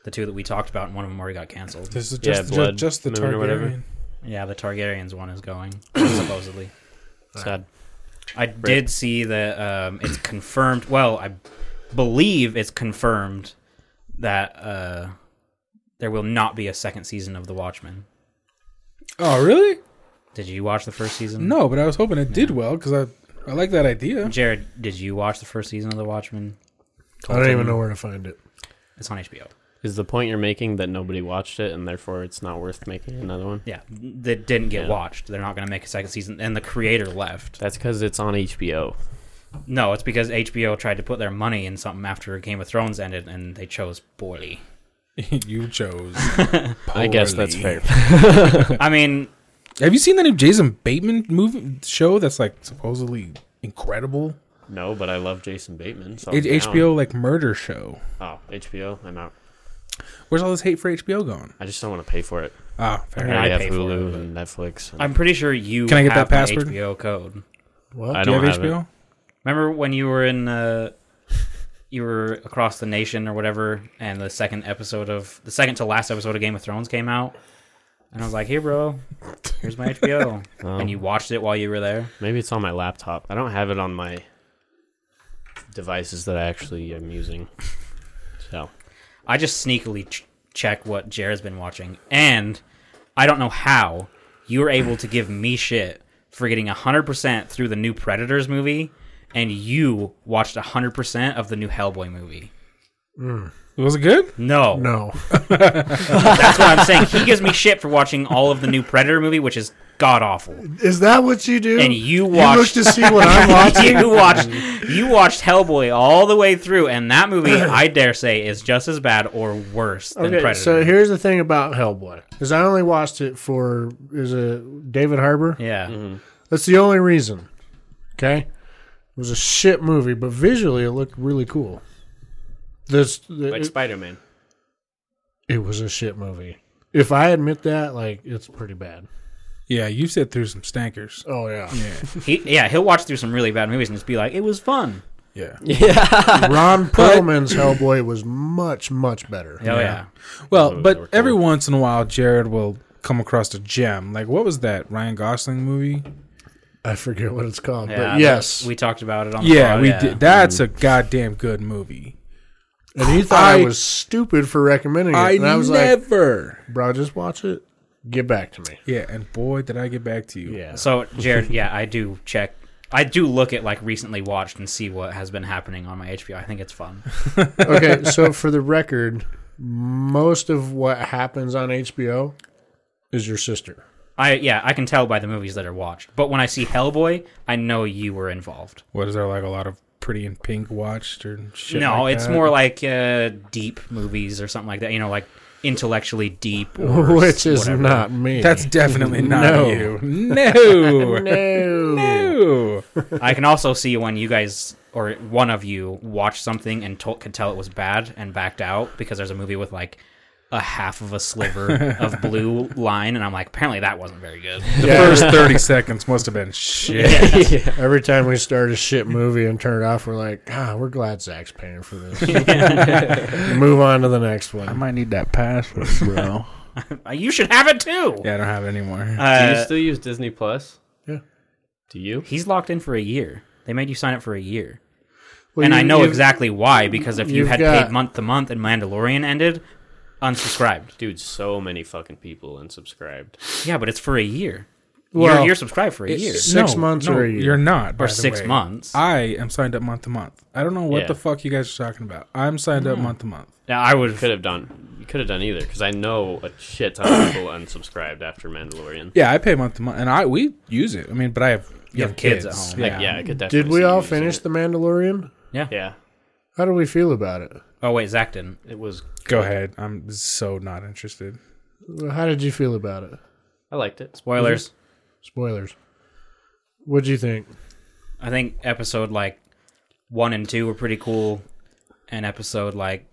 the two that we talkkt about, and one of them already got canceled.
This is
Yeah,
just
blood
just, just the
moon or whatever.
Targaryen.
Yeah, the Targaryens one
[COUGHS]
is going supposedly.
Sad.
I did see that um, it's confirmed. Well, I believe it's confirmed that uh, there will not be a second season of The Watchmen.
Oh, really?
Mm.
Did you watch the first season?
No, but I was hoping it did well because I I like that
[LAUGHS]
idea. [LAUGHS]
Jared, did you watch the first season of The Watchmen?
I don't even know where to find it.
It's on HBO.
Is the point you're making that nobody watched it and therefore it's not worth making another one?
Yeah, that didn't get
Yeah.
watched. They're not going to make a second season, and the creator left.
That's because it's on HBO.
No, it's because HBO tried to put their money in something after Game of Thrones ended, and they chose poorly.
you chose.
[LAUGHS] I guess
poorly.
that's fair. [LAUGHS]
I mean,
Have you seen that new Jason Bateman movie show that's like supposedly incredible?
no, but I love Jason Bateman. So I'm
H-
down.
HBO like murder show.
Oh, HBO. I'm out.
Where's all this hate for HBO going?
I just don't want to pay for it.
Ah, fair
I
I mean,
enough.
already
I
have
pay for it,
Hulu
but-
and Netflix. and-
I'm pretty sure you
Can I get
have
that
my
password?
HBO code.
What?
I
Do you
don't
have
have,
HBO?
it.
Remember when you were in, uh, you were across the nation or whatever, and the second episode of the second to last episode of Game of Thrones came out, And I was like, hey, bro, here's my HBO.
Um,
and you watched it while you were there?
Maybe it's on my laptop. I don't have it on my devices that I actually am using. So
I just sneakily ch- check what Jared's been watching, and I don't know how you were able to give me shit for getting 100% through the new Predators movie, and you watched 100% of the new Hellboy movie.
Was it good?
No.
[LAUGHS] No.
That's what I'm saying. He gives me shit for watching all of the new Predator movie, which is god awful.
Is that what you do?
And you
you
watched
look
[LAUGHS]
to see what I'm watching.
you watched you watched Hellboy all the way through, and that movie, I dare say, is just as bad or worse than
Okay,
Predator.
so here's the thing about Hellboy, because I only watched it for is it David Harbour?
yeah,
That's the only reason. Okay, it was a shit movie, but visually it looked really cool. This
like
it,
Spider Man.
it was a shit movie. If I admit that, like it's pretty bad.
Yeah, you sit through some stankers.
Oh yeah,
he, yeah, he'll watch through some really bad movies and just be like, "It was fun."
Yeah.
Ron Perlman's Hellboy was much much better.
Oh yeah,
Well,
Those
but
were cool.
every once in a while, Jared will come across a gem. Like, what was that Ryan Gosling movie?
I forget what it's called,
Yeah,
but yes,
we talked about it on. The
Yeah,
pod,
we did. That's a goddamn good movie.
and he thought I,
I-
was stupid for recommending it, and I was like,
never.
bro, just watch it. Get back to me.
yeah, and boy, did I get back to you.
Yeah.
So Jared, yeah, I do check. I do look at like recently watched and see what has been happening on my HBO. I think it's fun.
[LAUGHS] okay, so for the record, most of what happens on HBO is your sister.
I yeah, I can tell by the movies that are watched. But when I see Hellboy, I know you were involved.
What is there like a lot of pretty in pink watched or shit?
no,
like
it's
that?
more like uh, deep movies or something like that. You know, like
[LAUGHS]
intellectually deep, or
Which is
whatever.
not me.
That's definitely not
No.
you.
[LAUGHS]
No.
no.
No.
I can also see when you guys or one of you watched something and told, could tell it was bad and backed out because there's a movie with like a half of a sliver of blue line, and I'm like, apparently that wasn't very good.
The first 30 seconds must have been shit.
Every time we start a shit movie and turn it off, we're like, ah, we're glad Zach's paying
[LAUGHS]
for this. [LAUGHS] Move on to the next one.
might need that password, bro.
Uh, you should have it too.
[LAUGHS] yeah, I don't have it anymore.
Uh,
Do you still use Disney Plus?
Yeah.
Do you?
he's locked in for a year. They made you sign up for a year.
Well,
and
you-
I know
you've-
exactly why because if you
you've
had
got-
paid month to month and Mandalorian ended, unsubscribed.
Dude, so many fucking people unsubscribed.
Yeah, but it's for a year.
Well,
you're, you're subscribed for a year
six months or a year.
You're not. by
or
the
six
way.
months. I,
I am signed up month to month. I don't know what
Yeah.
the fuck you guys are talking about. I'm signed up month to month.
I would.
Could have done. You could have done either because I know a shit ton
[COUGHS]
of people unsubscribed after Mandalorian.
Yeah, I pay month to month, and I we use it. I mean, but I have you
have kids at home.
Like, yeah, I could definitely.
Did we
see
all
using
finish
it.
The Mandalorian?
Yeah,
How do we feel about it?
Oh wait, Zach didn't.
it was.
Go ahead. I'm so not interested.
How did you feel about it?
I liked it.
Spoilers.
Spoilers. What'd you think?
I think episode like one and two were pretty cool, and episode like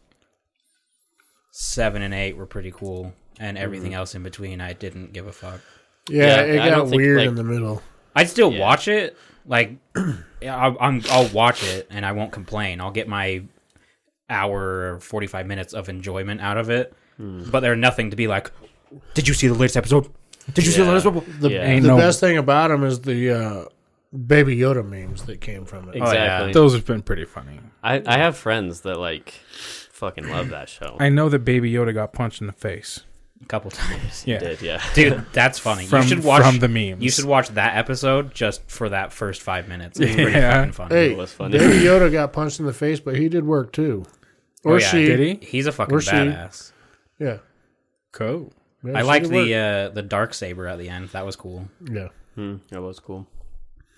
seven and eight were pretty cool, and
Mm-hmm.
everything else in between I didn't give a fuck.
Yeah,
Yeah,
it
I
got
don't think,
weird
like-
in the middle.
I'd still
Yeah.
watch it. Like, [CLEARS THROAT] yeah, I, I'm I'll watch it and I won't complain. I'll get my hour or 45 minutes of enjoyment out of it.
Hmm.
But there are nothing to be like. Did you see the latest episode? Did you see the
Yeah.
latest episode?
The,
Yeah.
Ain't
the
no-
best thing about him is the uh, Baby Yoda memes that came from
[LAUGHS]
it.
Exactly.
Oh,
Those have been pretty funny.
I, I have friends that like fucking love that show.
I know that Baby Yoda got punched in the face.
A couple times,
Yeah,
did yeah.
[LAUGHS]
dude. That's funny.
From,
you should watch.
from the memes.
you should watch that episode just for that first five minutes. It's pretty
Yeah.
fucking funny. Oh,
Hey,
It was funny.
Baby Yoda got punched in the face, but he did work too. Or
Oh, yeah.
she.
Did he?
He's a fucking
Or she.
badass.
Yeah.
Cool.
Yeah,
I
she
like
did
the
work.
uh, the dark saber at the end. That was cool.
yeah.
Hmm, that was cool.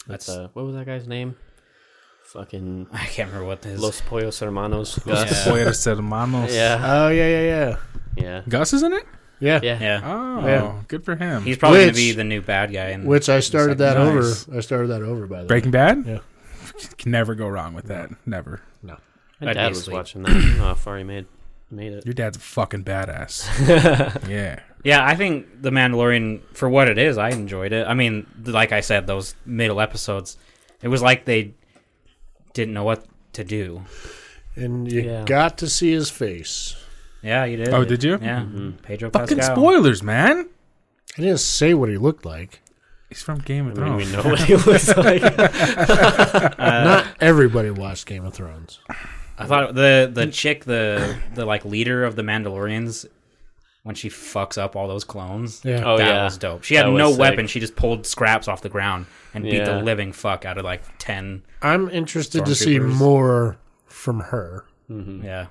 That's
Uh, what was that guy's name? [LAUGHS] Fucking
[LAUGHS] I can't remember what his
Los Pollos [LAUGHS] Hermanos.
Yeah.
Gus.
Poeta said, "Manos."
Yeah.
Oh yeah, yeah, yeah,
Yeah.
Gus is in it.
yeah.
Yeah.
yeah.
Oh,
Yeah.
good for him.
He's probably
Which-
gonna be the new bad guy. In,
Which uh, I started
Nice.
that over. I started that over by the way.
Breaking Bad.
Yeah.
Can never go wrong with that. Never.
My
I'd be
dad was
asleep.
watching that. I don't know how far he made made it.
Your dad's a fucking
[LAUGHS]
badass. yeah.
yeah, I think the Mandalorian for what it is, I enjoyed it. I mean, th- like I said, those middle episodes, it was like they didn't know what to do.
And you
Yeah.
got to see his face.
Yeah, you did.
Oh, did you?
Mm-hmm.
Yeah, Pedro
Fucking
Pascal.
spoilers, man.
I didn't say what he looked like.
He's from Game of
I mean, we
Thrones.
know [LAUGHS] what he looks like.
Not everybody watched Game of Thrones.
I thought the the chick, the the like leader of the Mandalorians, when she fucks up all those clones.
Yeah.
Oh,
that
yeah.
was dope. She had
That was
no
sick.
weapon. She just pulled scraps off the ground and beat the
Yeah.
living fuck out of like ten.
I'm interested to see
Stormtroopers.
more from her.
Mm.
Yeah,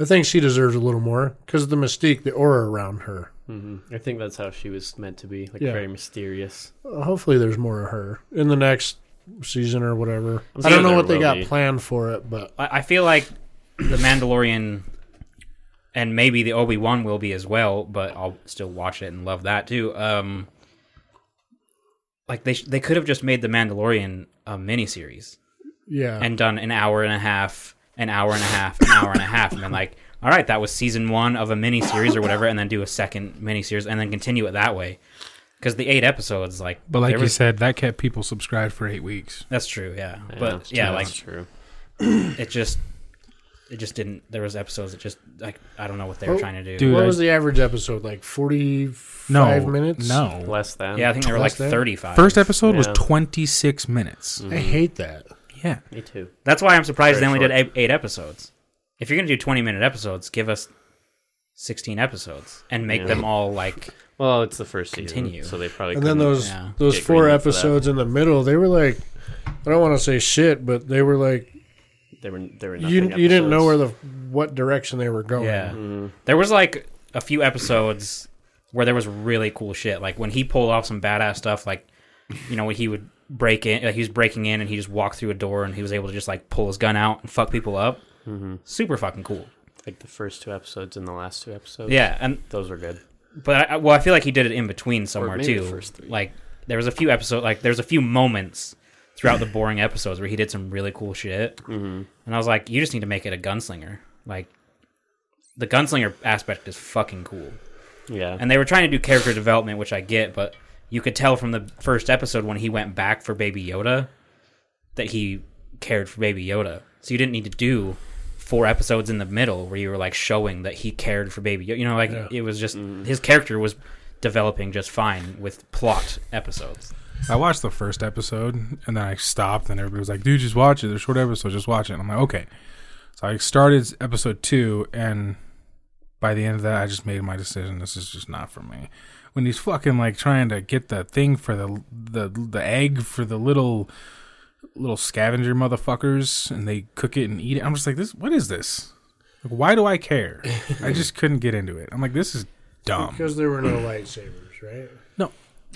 I think she deserves a little more because the mystique, the aura around her.
I think that's how she was meant to be, like
Yeah.
very mysterious.
Hopefully, there's more of her in the next season or whatever.
I'm
I don't
sure
know
there
what they
will
got
be.
planned for it, but
I, I feel like the Mandalorian and maybe the Obi Wan will be as well, but I'll still watch it and love that too. Um, like they sh- they could have just made the Mandalorian a miniseries
yeah.
and done an hour and a half, an hour and a half, an hour and a half, and been like, all right, that was season one of a miniseries or whatever, and then do a second miniseries and then continue it that way. Because the eight episodes, like,
But like
there
you
was-
said, that kept people subscribed for eight weeks.
That's true, yeah. But yeah,
that's
like
true.
it just it just didn't there was episodes that just like I don't know what they were
Oh,
trying to do.
dude.
what
I-
was the average episode? Like 45
No
minutes?
No,
Less than.
Yeah, I think they were like
Last day?
thirty five.
first episode was
Yeah. Mm.
twenty six minutes.
I hate that.
Yeah,
me too.
That's why I'm surprised
Very
they only did eight, eight episodes. If you're gonna do twenty minute episodes, give us sixteen episodes and make
Yeah.
them all like
Well, it's the first
Continue.
season, so they probably.
and then
couldn't-
those
yeah.
those
Get
four
green for that.
episodes in the middle, they were like, I don't want to say shit, but they were like,
they were they were.
you
nothing
you didn't know
episodes.
where the what direction they were going.
Yeah.
Mm-hmm.
There was like a few episodes where there was really cool shit. Like when he pulled off some badass stuff, like, you know, when he would break in, like he was breaking in and he just walked through a door and he was able to just like pull his gun out and fuck people up.
Mm-hmm.
Super fucking cool.
like the first two episodes and the last two episodes.
Yeah. And,
those were good.
but I, well, I feel like he did it in between somewhere
maybe
too.
the first three.
Like there was a few episodes, like there's a few moments throughout the boring episodes where he did some really cool shit. Mm-hmm. And I was like, you just need to make it a gunslinger. Like, the gunslinger aspect is fucking cool.
Yeah,
And they were trying to do character development, which I get, but you could tell from the first episode when he went back for Baby Yoda that he cared for Baby Yoda. So you didn't need to do four episodes in the middle where you were like showing that he cared for Baby Yoda. You know, like
Yeah.
it was just his character was developing just fine with plot episodes.
I watched the first episode and then I stopped, and everybody was like, "Dude, just watch it. They're short episodes. Just watch it." And I'm like, "Okay." So I started episode two, and by the end of that, I just made my decision. This is just not for me. When he's fucking like trying to get the thing for the the the egg for the little little scavenger motherfuckers, and they cook it and eat it, I'm just like, "This, what is this? Like, why do I care?" I just couldn't get into it. I'm like, "This is dumb."
because there were no lightsabers, right?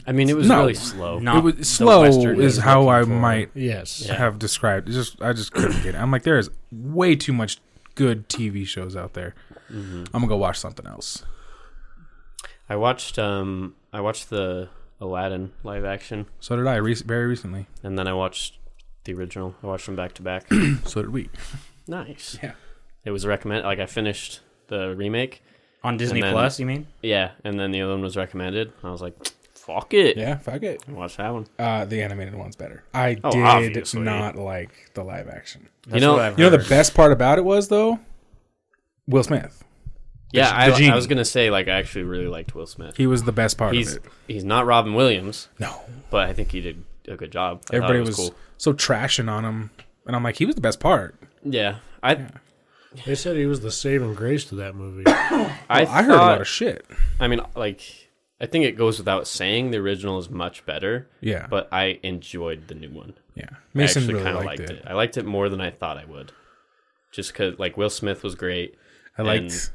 I mean it was
No.
really slow.
No.
It was slow
Western
is
is
how
looking
I
for-
might
Yes.
Yeah.
have described. It's just I just couldn't get it. I'm like, there is way too much good TV shows out there.
Mm-hmm.
I'm gonna go watch something else.
I watched um I watched the Aladdin live action,
So did I rec very recently.
and then I watched the original. I watched them back
[CLEARS THROAT]
to back.
So did we.
Nice.
Yeah.
It was recommended. Like I finished the remake.
On Disney
then-
Plus, you mean?
Yeah, and then the other one was recommended. I was like, fuck it.
Yeah, fuck it.
Watch that one.
Uh, the animated one's better. I
Oh,
did
obviously.
not like the live action.
That's
know-
what I've
You know the
heard.
best part about it was though, Will Smith.
Yeah,
The
I,
genie.
I was gonna say like I actually really liked Will Smith.
He was the best part
He's
of it.
he's not Robin Williams,
No,
but I think he did a good job. I thought
everybody
it
was, so trashing on him, and I'm like, he was the best part.
cool. Yeah, I
They said he was the saving grace to that movie.
I,
I heard a lot
thought-
of shit.
I mean, like I think it goes without saying the original is much better.
Yeah.
but I enjoyed the new one.
Yeah, Mason
I actually
really
kind of
liked,
liked
it.
it. I liked it more than I thought I would, just because like Will Smith was great.
I liked.
And-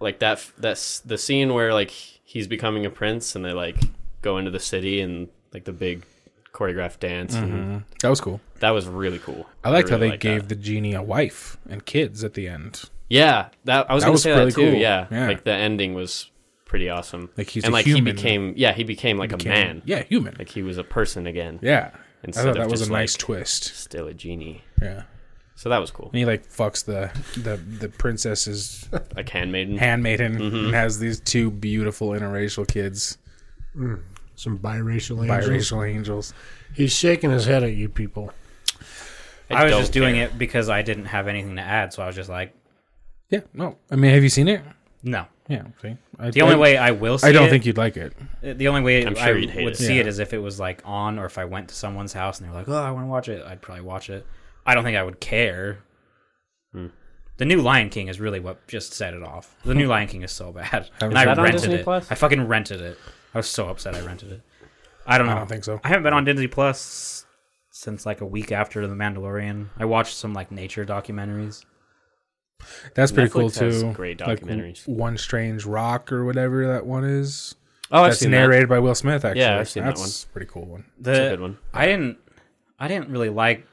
like that that's the scene where like he's becoming a prince and they like go into the city and like the big choreographed dance and
that was cool.
that was really cool
Mm-hmm. I liked
really
how they
liked
gave
that.
the genie a wife and kids at the end.
yeah that i was
That
gonna
was
say
really
that too
cool.
yeah.
Yeah.
like the ending was pretty awesome
Like, he's
and
a
like he
human.
became yeah he became like a man
Yeah, human.
like he was a person again
yeah.
Instead
I thought
of
that was
just,
a nice
like-
twist.
still a genie
Yeah.
so that was cool
And he like fucks the the the
[LAUGHS]
princess's
like handmaiden
handmaiden
Mm-hmm.
and has these two beautiful interracial kids,
Some biracial angels.
biracial angels.
He's shaking his head at you people.
I was
don't
just doing it because I didn't have anything to add, so I was just like,
Yeah. No. I mean, have you seen it?
no.
Yeah. See? I,
The only
I-
way I will see
I don't
it-
think you'd like it.
the only way
I'm sure
I
you'd hate
would
it.
see it
Yeah.
is if it was like on or if I went to someone's house and they were like, "Oh, I want to watch it." I'd probably watch it. I don't think I would care.
Hmm.
The new Lion King is really what just set it off. The new Lion King is so bad, and I
that on
rented
Disney
it.
Plus?
I fucking rented it. I was so upset I rented it. I don't know.
I don't think so.
I haven't been on Disney Plus since like a week after The Mandalorian. I watched some like nature documentaries.
That's pretty
Netflix
cool
has
too.
great
Like,
documentaries.
One Strange Rock or whatever that one is.
Oh, I've
That's
seen that.
narrated by Will Smith. Actually,
Yeah, I've seen that
That's a Pretty cool one.
The,
That's a good one.
I didn't I didn't really like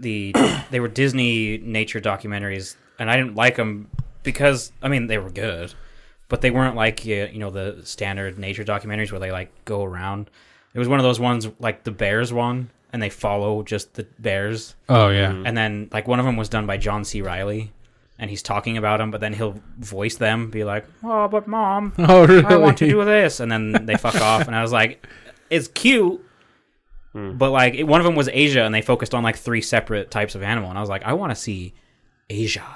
the [COUGHS] they were Disney nature documentaries and I didn't like them because I mean they were good but they weren't like you you know the standard nature documentaries where they like go around it was one of those ones like the bears one and they follow just the bears
Oh yeah.
Mm.
and then like one of them was done by John C Riley and he's talking about them but then he'll voice them be like oh but mom
[LAUGHS] Oh [LAUGHS] really?
I want to do this, and then they
[LAUGHS]
fuck off. And I was like, it's cute,
Hmm.
but like it, one of them was Asia, and they focused on like three separate types of animal, and I was like, I want to see Asia.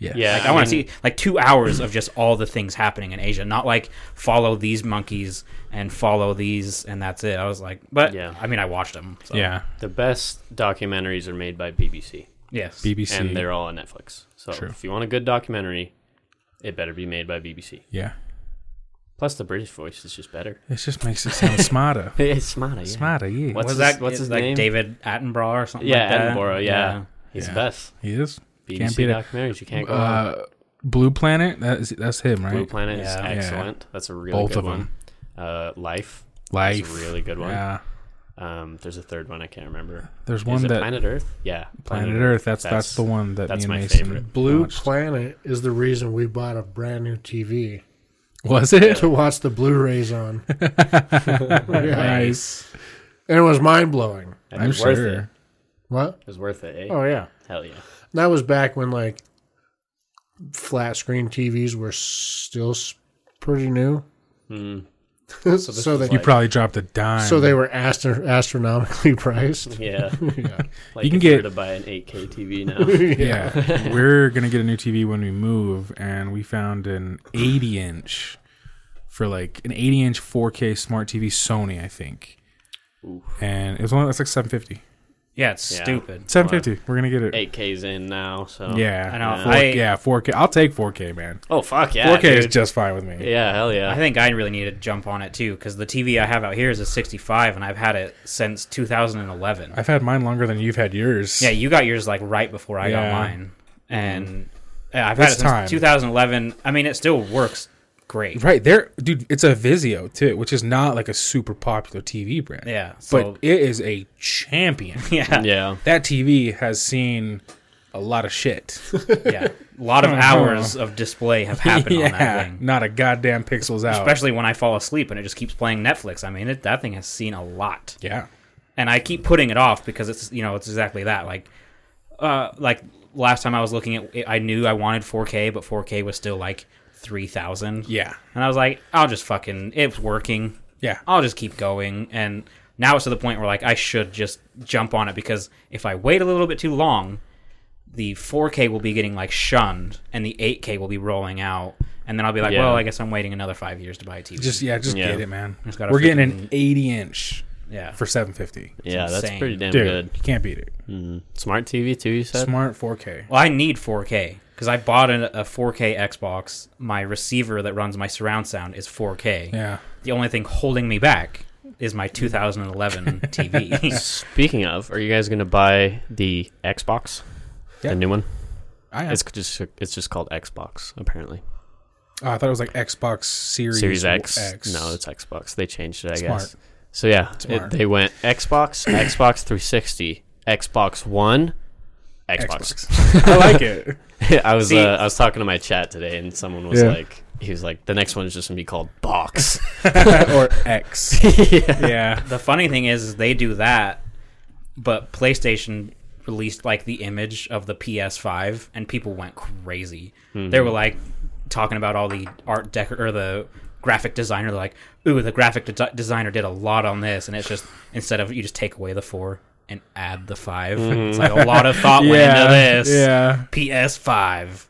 yeah.
Yeah,
Like I, want to see like two hours of just all the things happening in Asia, not like follow these monkeys and follow these, and that's it. I was like, but
Yeah.
I mean, I watched them. So.
Yeah.
The best documentaries are made by BBC,
Yes.
BBC.
and they're all on Netflix. So
True.
if you want a good documentary, it better be made by BBC.
yeah.
Plus, the British voice is just better.
It just makes it sound smarter.
[LAUGHS] It's smarter. [LAUGHS] Yeah.
smarter. Yeah.
What's
was
his,
that
What's his
like
name?
David Attenborough or something?
Yeah,
like that?
Attenborough. Yeah, he's
Yeah.
the best.
He is.
BBC
Can't beat it.
documentaries. You can't go. wrong.
Uh, Blue Planet. That's that's him, right?
Blue Planet is
Yeah. Yeah.
excellent. That's a really
Both
good
of
one.
'em.
Uh, Life.
Life.
That's a really good one.
Yeah.
Um, there's a third one I can't remember.
There's
is
one
it
that Planet,
Planet Earth? Yeah,
Earth. That's, that's the one that
that's
me
my
and Mason
favorite.
Blue
watched.
Planet is the reason we bought a brand new TV
was it?
to watch the Blu-rays on.
Nice.
And it was mind blowing.
And it
I'm
was worth
sure.
it. It
What?
was worth it. Eh?
Oh yeah.
Hell yeah.
That was back when like flat screen TVs were still s- pretty new.
Mm.
so,
this
they
was
You probably dropped a dime.
so they were astro- astronomically [LAUGHS] priced.
[LAUGHS]
Yeah.
yeah.
Like
You can
if you were
get-
to buy an 8K
[LAUGHS]
TV now.
Yeah.
[LAUGHS]
we're going to get a new TV when we move, and we found an 80 inch for like an 80 inch 4K smart TV Sony, I think.
Oof.
And it was only that's like 750.
yeah, it's
Yeah.
stupid.
750. We're going to get it.
8K's in now, so
Yeah.
I know.
Four-
I-
yeah, 4K. I'll take 4K, man.
Oh fuck yeah.
4K is
dude.
just fine with me.
Yeah, hell yeah.
I
[LAUGHS]
think I really need to jump on it too because the TV I have out here is a 65, and I've had it since 2011.
I've had mine longer than you've had yours.
yeah, you got yours like right before I got
Yeah. Mm.
mine, and yeah, I've
This
had it
time.
since 2011. I mean, it still works
[LAUGHS]
great.
Right there, dude. It's a Vizio too, which is not like a super popular TV brand.
Yeah, so-
but it is a champion.
[LAUGHS] Yeah, yeah,
yeah.
that TV has seen a lot of
[LAUGHS]
shit.
A lot of hours of display have happened on that
Uh-huh. [LAUGHS] yeah,
thing,
not a goddamn pixels out.
especially when I fall asleep and it just keeps playing Netflix. I mean, it, that thing has seen a lot.
yeah,
and I keep putting it off because it's you know it's exactly that like uh like last time I was looking at I knew I wanted 4K but 4K was still like 3000
yeah,
and I was like I'll just fucking it's working
yeah.
I'll just keep going and now it's to the point where like I should just jump on it because if I wait a little bit too long the 4K will be getting like shunned and the 8K will be rolling out and then I'll be like
Yeah.
well I guess I'm waiting another 5 years to buy a TV
Just yeah, just
Yeah.
get it, man.
It's got a
We're getting an
freaking-
80 inch
yeah
for 750.
Yeah, that's
insane.
pretty damn
Dude,
good.
you can't beat it.
Smart TV too, you said?
Smart 4K.
Well, I need 4K because I bought an, a 4K Xbox. My receiver that runs my surround sound is 4K.
Yeah,
The only thing holding me back is my 2011 [LAUGHS] TV.
Speaking of, are you guys going to buy the Xbox?
Yeah.
The new one?
I
It's just it's just called Xbox apparently.
oh, I thought it was like Xbox Series,
Series X. No, it's Xbox. They changed it, I
Smart.
guess. So yeah, it-
Smart.
they went
[COUGHS]
Xbox, Xbox 360, Xbox One, Xbox.
Xbox. [LAUGHS] I like
[LAUGHS]
it.
I was
See-
uh, I was talking to my chat today, and someone was
Yeah.
like, he was like, the next one's just gonna be called
[LAUGHS]
Box.
or X.
[LAUGHS] yeah.
Yeah.
the funny thing is, is they do that, but PlayStation released like the image of the PS5, and people went crazy.
Mm-hmm.
They were like talking about all the art decor or the graphic designer. They're like, "Ooh, the graphic de- designer did a lot on this," and it's just instead of you just take away the four and
Mm-hmm. [LAUGHS]
add the 5 it's like a lot of thought went into this.
Yeah.
PS5.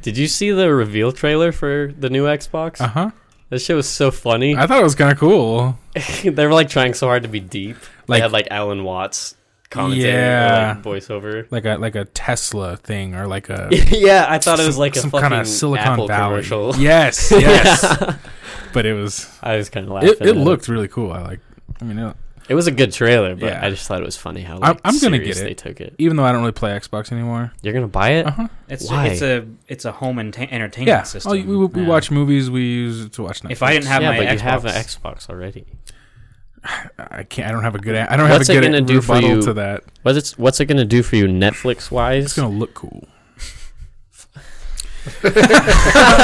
Did you see the reveal trailer for the new Xbox?
Uh huh.
That shit was so [LAUGHS] funny.
I thought it was kind of cool.
they were like trying so hard to be deep.
Like-
they had like Alan Watts commentating
Yeah.
or, like, voiceover. [LAUGHS]
Like a like a Tesla thing or like a
yeah, [LAUGHS] I thought it was
some-
like a
some
fucking
kinda Silicon
Apple
Valley
commercial.
[LAUGHS] Yes, yes. but it was
[LAUGHS] I was kind of laughing.
it, it
at
looked really cool. I like. I mean, it,
It was a good trailer, but
Yeah.
I just thought it was funny how
I'm-
like,
I'm gonna get
serious
it.
they took it.
even though I don't really play Xbox anymore.
You're gonna buy it?
Uh huh.
It's
Why?
it's a it's a home enta- entertainment
Yeah.
system.
Oh, we, we, we
Yeah.
watch movies. We use it to watch Netflix.
If I didn't have
yeah,
my
but
Xbox,
you have an Xbox already.
I can't. I don't have a good. a- I don't have
What's
a
it
good
gonna do for
rebuttal
you?
to that.
What's it, what's it gonna do for you Netflix wise?
It's gonna look cool.
[LAUGHS]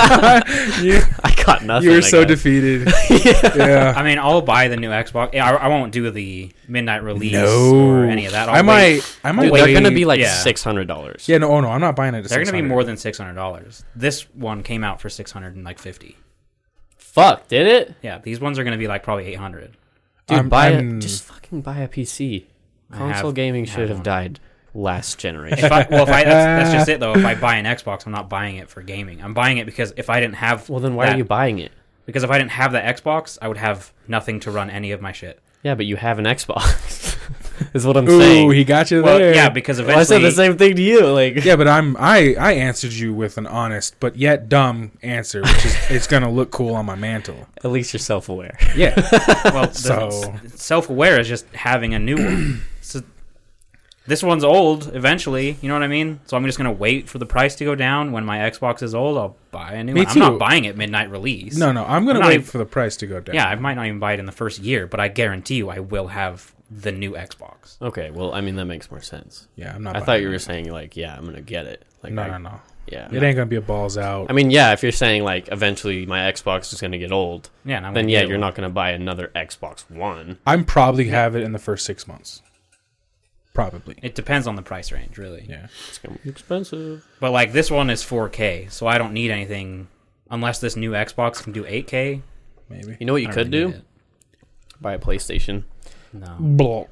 I got nothing. I guess.
defeated. yeah.
I mean, I'll buy the new Xbox. I, I won't do the midnight release or any of that. I'll
I
wait.
might. I might.
Dude,
wait.
they're gonna be like
yeah.
six hundred dollars.
Yeah. No. Oh no. I'm not buying it. at
They're going to be
$600.
more than six hundred dollars. This one came out for six hundred and like fifty.
Fuck, did it?
Yeah, these ones are going to be like probably eight hundred.
Dude,
I'm-
buy
I'm-
it. Just fucking buy a PC.
have-
Console gaming
I have
should have
one.
died last generation. [LAUGHS]
If I, well, if I that's, that's just it though. If I buy an Xbox, I'm not buying it for gaming. I'm buying it because if I didn't have
well, then why
that-
are you buying it?
Because if I didn't have the Xbox, I would have nothing to run any of my shit.
Yeah, but you have an Xbox. [LAUGHS] is what I'm
Ooh,
saying.
he got you
Well,
there.
yeah, because
Well, I
eventually,
said the same thing to you. Like, [LAUGHS]
Yeah, but I'm I I answered you with an honest but yet dumb answer, which is it's gonna look cool on my mantle.
at least you're self-aware.
Yeah,
[LAUGHS] well, the-
So-
s- self-aware is just having a new [CLEARS THROAT] one. so this one's old. Eventually, you know what I mean. So I'm just gonna wait for the price to go down. When my Xbox is old, I'll buy a new
Me
one. I'm not
too.
buying it midnight release.
no, no, I'm gonna
I'm not
wait
even-
for the price to go down.
Yeah, I might not even buy it in the first year, but I guarantee you, I will have the new Xbox.
Okay, well, I mean that makes more sense.
yeah, I'm not.
I
buying
thought you
it.
were saying like, yeah, I'm gonna get it. Like,
No,
I-
no, no.
yeah.
It ain't gonna be a balls out.
I mean, yeah, if you're saying like eventually my Xbox is gonna get old,
Yeah, and I'm
then
gonna
yeah,
get
you're
one.
not gonna buy another Xbox One.
I'm probably have it in the first six months. Probably.
It depends on the price range, really.
Yeah.
It's gonna be expensive.
But like this one is 4K, so I don't need anything unless this new Xbox can do 8K.
Maybe.
You know what you
I don't
could
really
do?
need it.
Buy a PlayStation.
No.
Blah.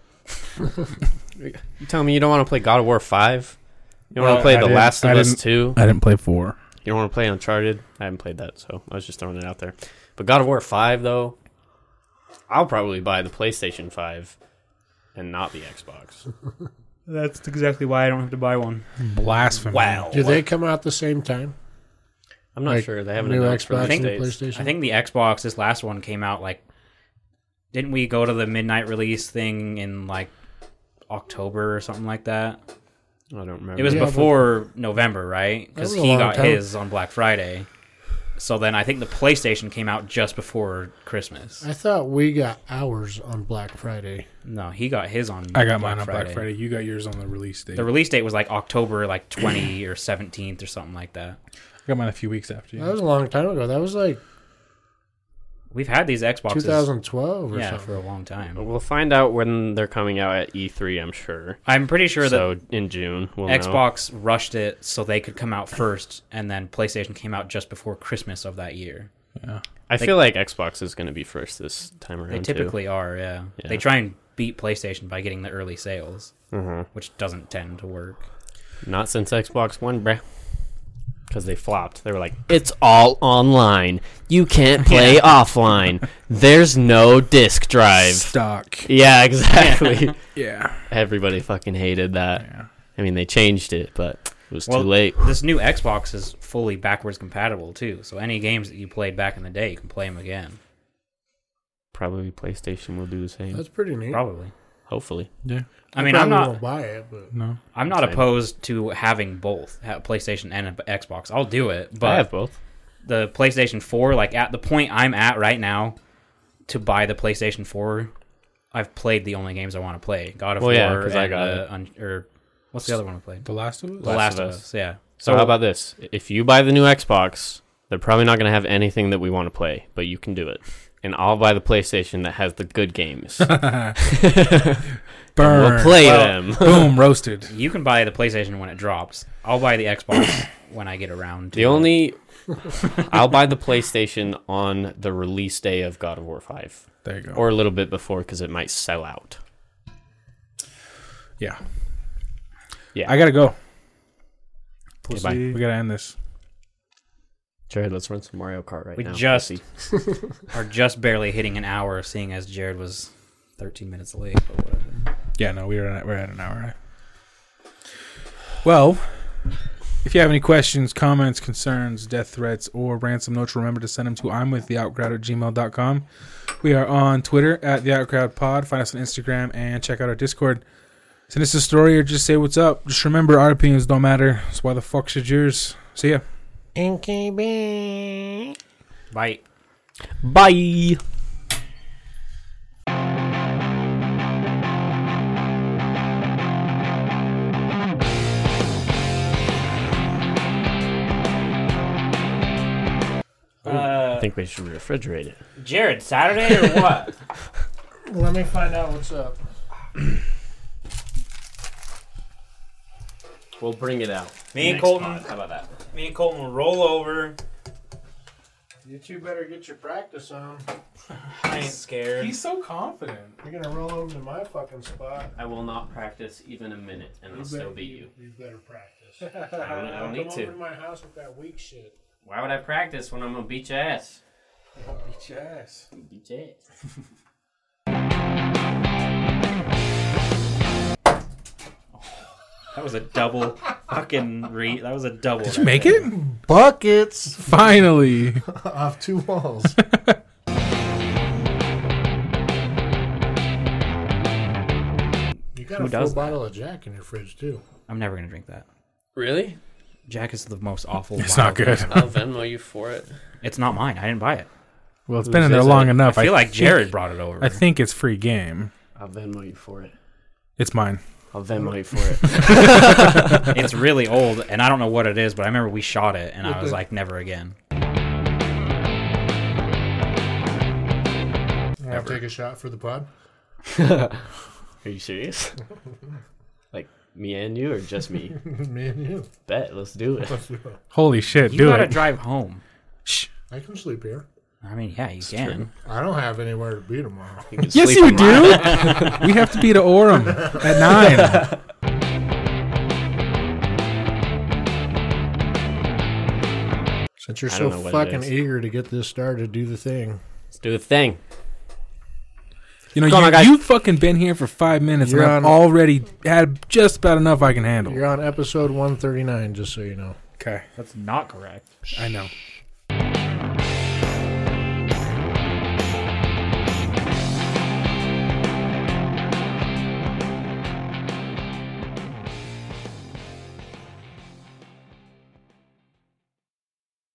You tell me you don't want to play God of War Five. You don't
Well,
want to play
I
The
didn't-
Last
I
of Us
didn't-
Two.
I didn't play four.
You don't want to play Uncharted. I haven't played that, so I was just throwing it out there. But God of War Five, though, I'll probably buy the PlayStation Five and not the Xbox.
That's exactly why I don't have to buy one.
Blasphemy.
Wow.
Do they come out the same time?
I'm not
Like,
sure they haven't
new
announced
Xbox
release
and
dates.
PlayStation.
I think the Xbox, this last one came out like. Didn't we go to the midnight release thing in like October or something like that?
I don't remember.
It was
Yeah, but-
before November, right? Because
was a
he
long
got
time.
his on Black Friday. So then I think the PlayStation came out just before Christmas.
I thought we got ours on Black Friday.
No, he got his on.
I got mine on Black Friday. You got yours on the release date.
The release date was like October like [CLEARS THROAT] 20 or 17th or something like that.
I got mine a few weeks after you.
That was a long time ago. That was like
We've had these Xboxes
2012 or
yeah, for
something.
a long time.
We'll find out when they're coming out at E3. I'm sure.
I'm pretty sure that
so in June, we'll know.
Xbox rushed it so they could come out first, and then PlayStation came out just before Christmas of that year.
I feel like Xbox is going to be first this time around.
They typically are, yeah. They try and beat PlayStation by getting the early sales,
Mm-hmm.
which doesn't tend to work.
too. not since Xbox One, bruh. Because they flopped. They were like, "It's all online. You can't play offline. There's no
[LAUGHS]
disk drive."
Stock.
Yeah, exactly.
Yeah.
[LAUGHS] Everybody fucking hated that.
Yeah.
I mean, they changed it, but it was
Well,
too late.
This new Xbox is fully backwards compatible too, so any games that you played back in the day, you can play them again.
Probably PlayStation will do the same.
That's pretty neat.
Probably.
Hopefully.
Yeah.
I mean, I'm
Probably
not.
won't buy it, but
No.
I'm not
Same.
opposed to having both ha- PlayStation and a Xbox. I'll do it,
I
but
have both.
the PlayStation 4, like at the point I'm at right now, to buy the PlayStation 4, I've played the only games I want to play: God of
Well,
War
yeah, 'cause I
and,
got
uh, un- or what's the other one I played?
The Last of Us.
The Last, of Us. Yeah.
So, how about this? If you buy the new Xbox, they're probably not going to have anything that we want to play, but you can do it. And I'll buy the PlayStation that has the good games. And
Burn.
we'll play
Well-
them.
Boom. Roasted.
you can buy the PlayStation when it drops. I'll buy the Xbox [COUGHS] when I get around. to
The [LAUGHS]
it.
only I'll buy the PlayStation on the release day of God of War 5
There you go.
or a little bit before because it might sell out.
yeah.
Yeah.
I gotta go.
Okay, bye.
We gotta end this.
Jared, let's run some Mario Kart right
We
now.
just-
pussy.
Are just barely hitting an hour, seeing as Jared was 13 minutes late, but whatever.
Yeah, no, we were at, we're at an hour. Well, if you have any questions, comments, concerns, death threats, or ransom notes, remember to send them to I'm with the outcrowd at gmail.com. We are on Twitter at the outcrowd pod. Find us on Instagram and check out our Discord. Send us a story or just say what's up. Just remember, our opinions don't matter. So why the fuck should yours? See ya.
NKB.
Bye.
Bye. I think we should refrigerate it.
Uh, Jared, Saturday or [LAUGHS] what?
Let me find out what's up.
We'll bring it out.
me and Colton. How about that? Me and Colton will roll over.
You two better get your practice on.
I ain't scared.
so confident.
You're gonna roll over to my fucking spot.
I will not practice even a minute, and I'll still beat you.
You better [LAUGHS] practice.
I don't, I don't
Come
need
over to
to.
my house with that weak shit.
Why would I practice when I'm gonna beat your ass?
Yes.
Beat your ass.
That was a double fucking re. That was a double.
Did you make it?
Buckets
Finally.
[LAUGHS]
[LAUGHS]
off two walls. you got
Who
a full
does that?
bottle of Jack in your fridge too.
I'm never gonna drink that.
Really?
Jack is the most awful.
It's
wild-
not good.
I'll Venmo you for it.
It's not mine. I didn't buy it.
Well, it's been in
Whose
there
is
long
it?
enough.
I feel like
think-
Jared brought it over.
I think it's free game.
I'll Venmo you for it.
It's mine.
I'll Venmo you for it.
it's really old, and I don't know what it is, but I remember we shot it, and I was
the-
like, never again.
Wanna take a shot for the pod? [LAUGHS]
Are you
[LAUGHS]
serious? like me and you, or just me?
me and you.
Bet. Let's do it.
Holy shit,
You
do
gotta
it.
drive home.
I can sleep here.
I mean, yeah, you can.
I don't have anywhere to be tomorrow.
You can
yes,
sleep
you
on mine.
do.
[LAUGHS]
we have to be to Orem at nine.
Since you're
I
so
don't know what it
fucking
is.
eager to get this started, do the thing.
Let's do the thing.
You know,
Come
you,
on, guys.
you've fucking been here for five minutes,
You're
and I've
on-
already had just about enough I can handle.
You're on episode 139, just so you know.
Okay,
That's not correct.
I know.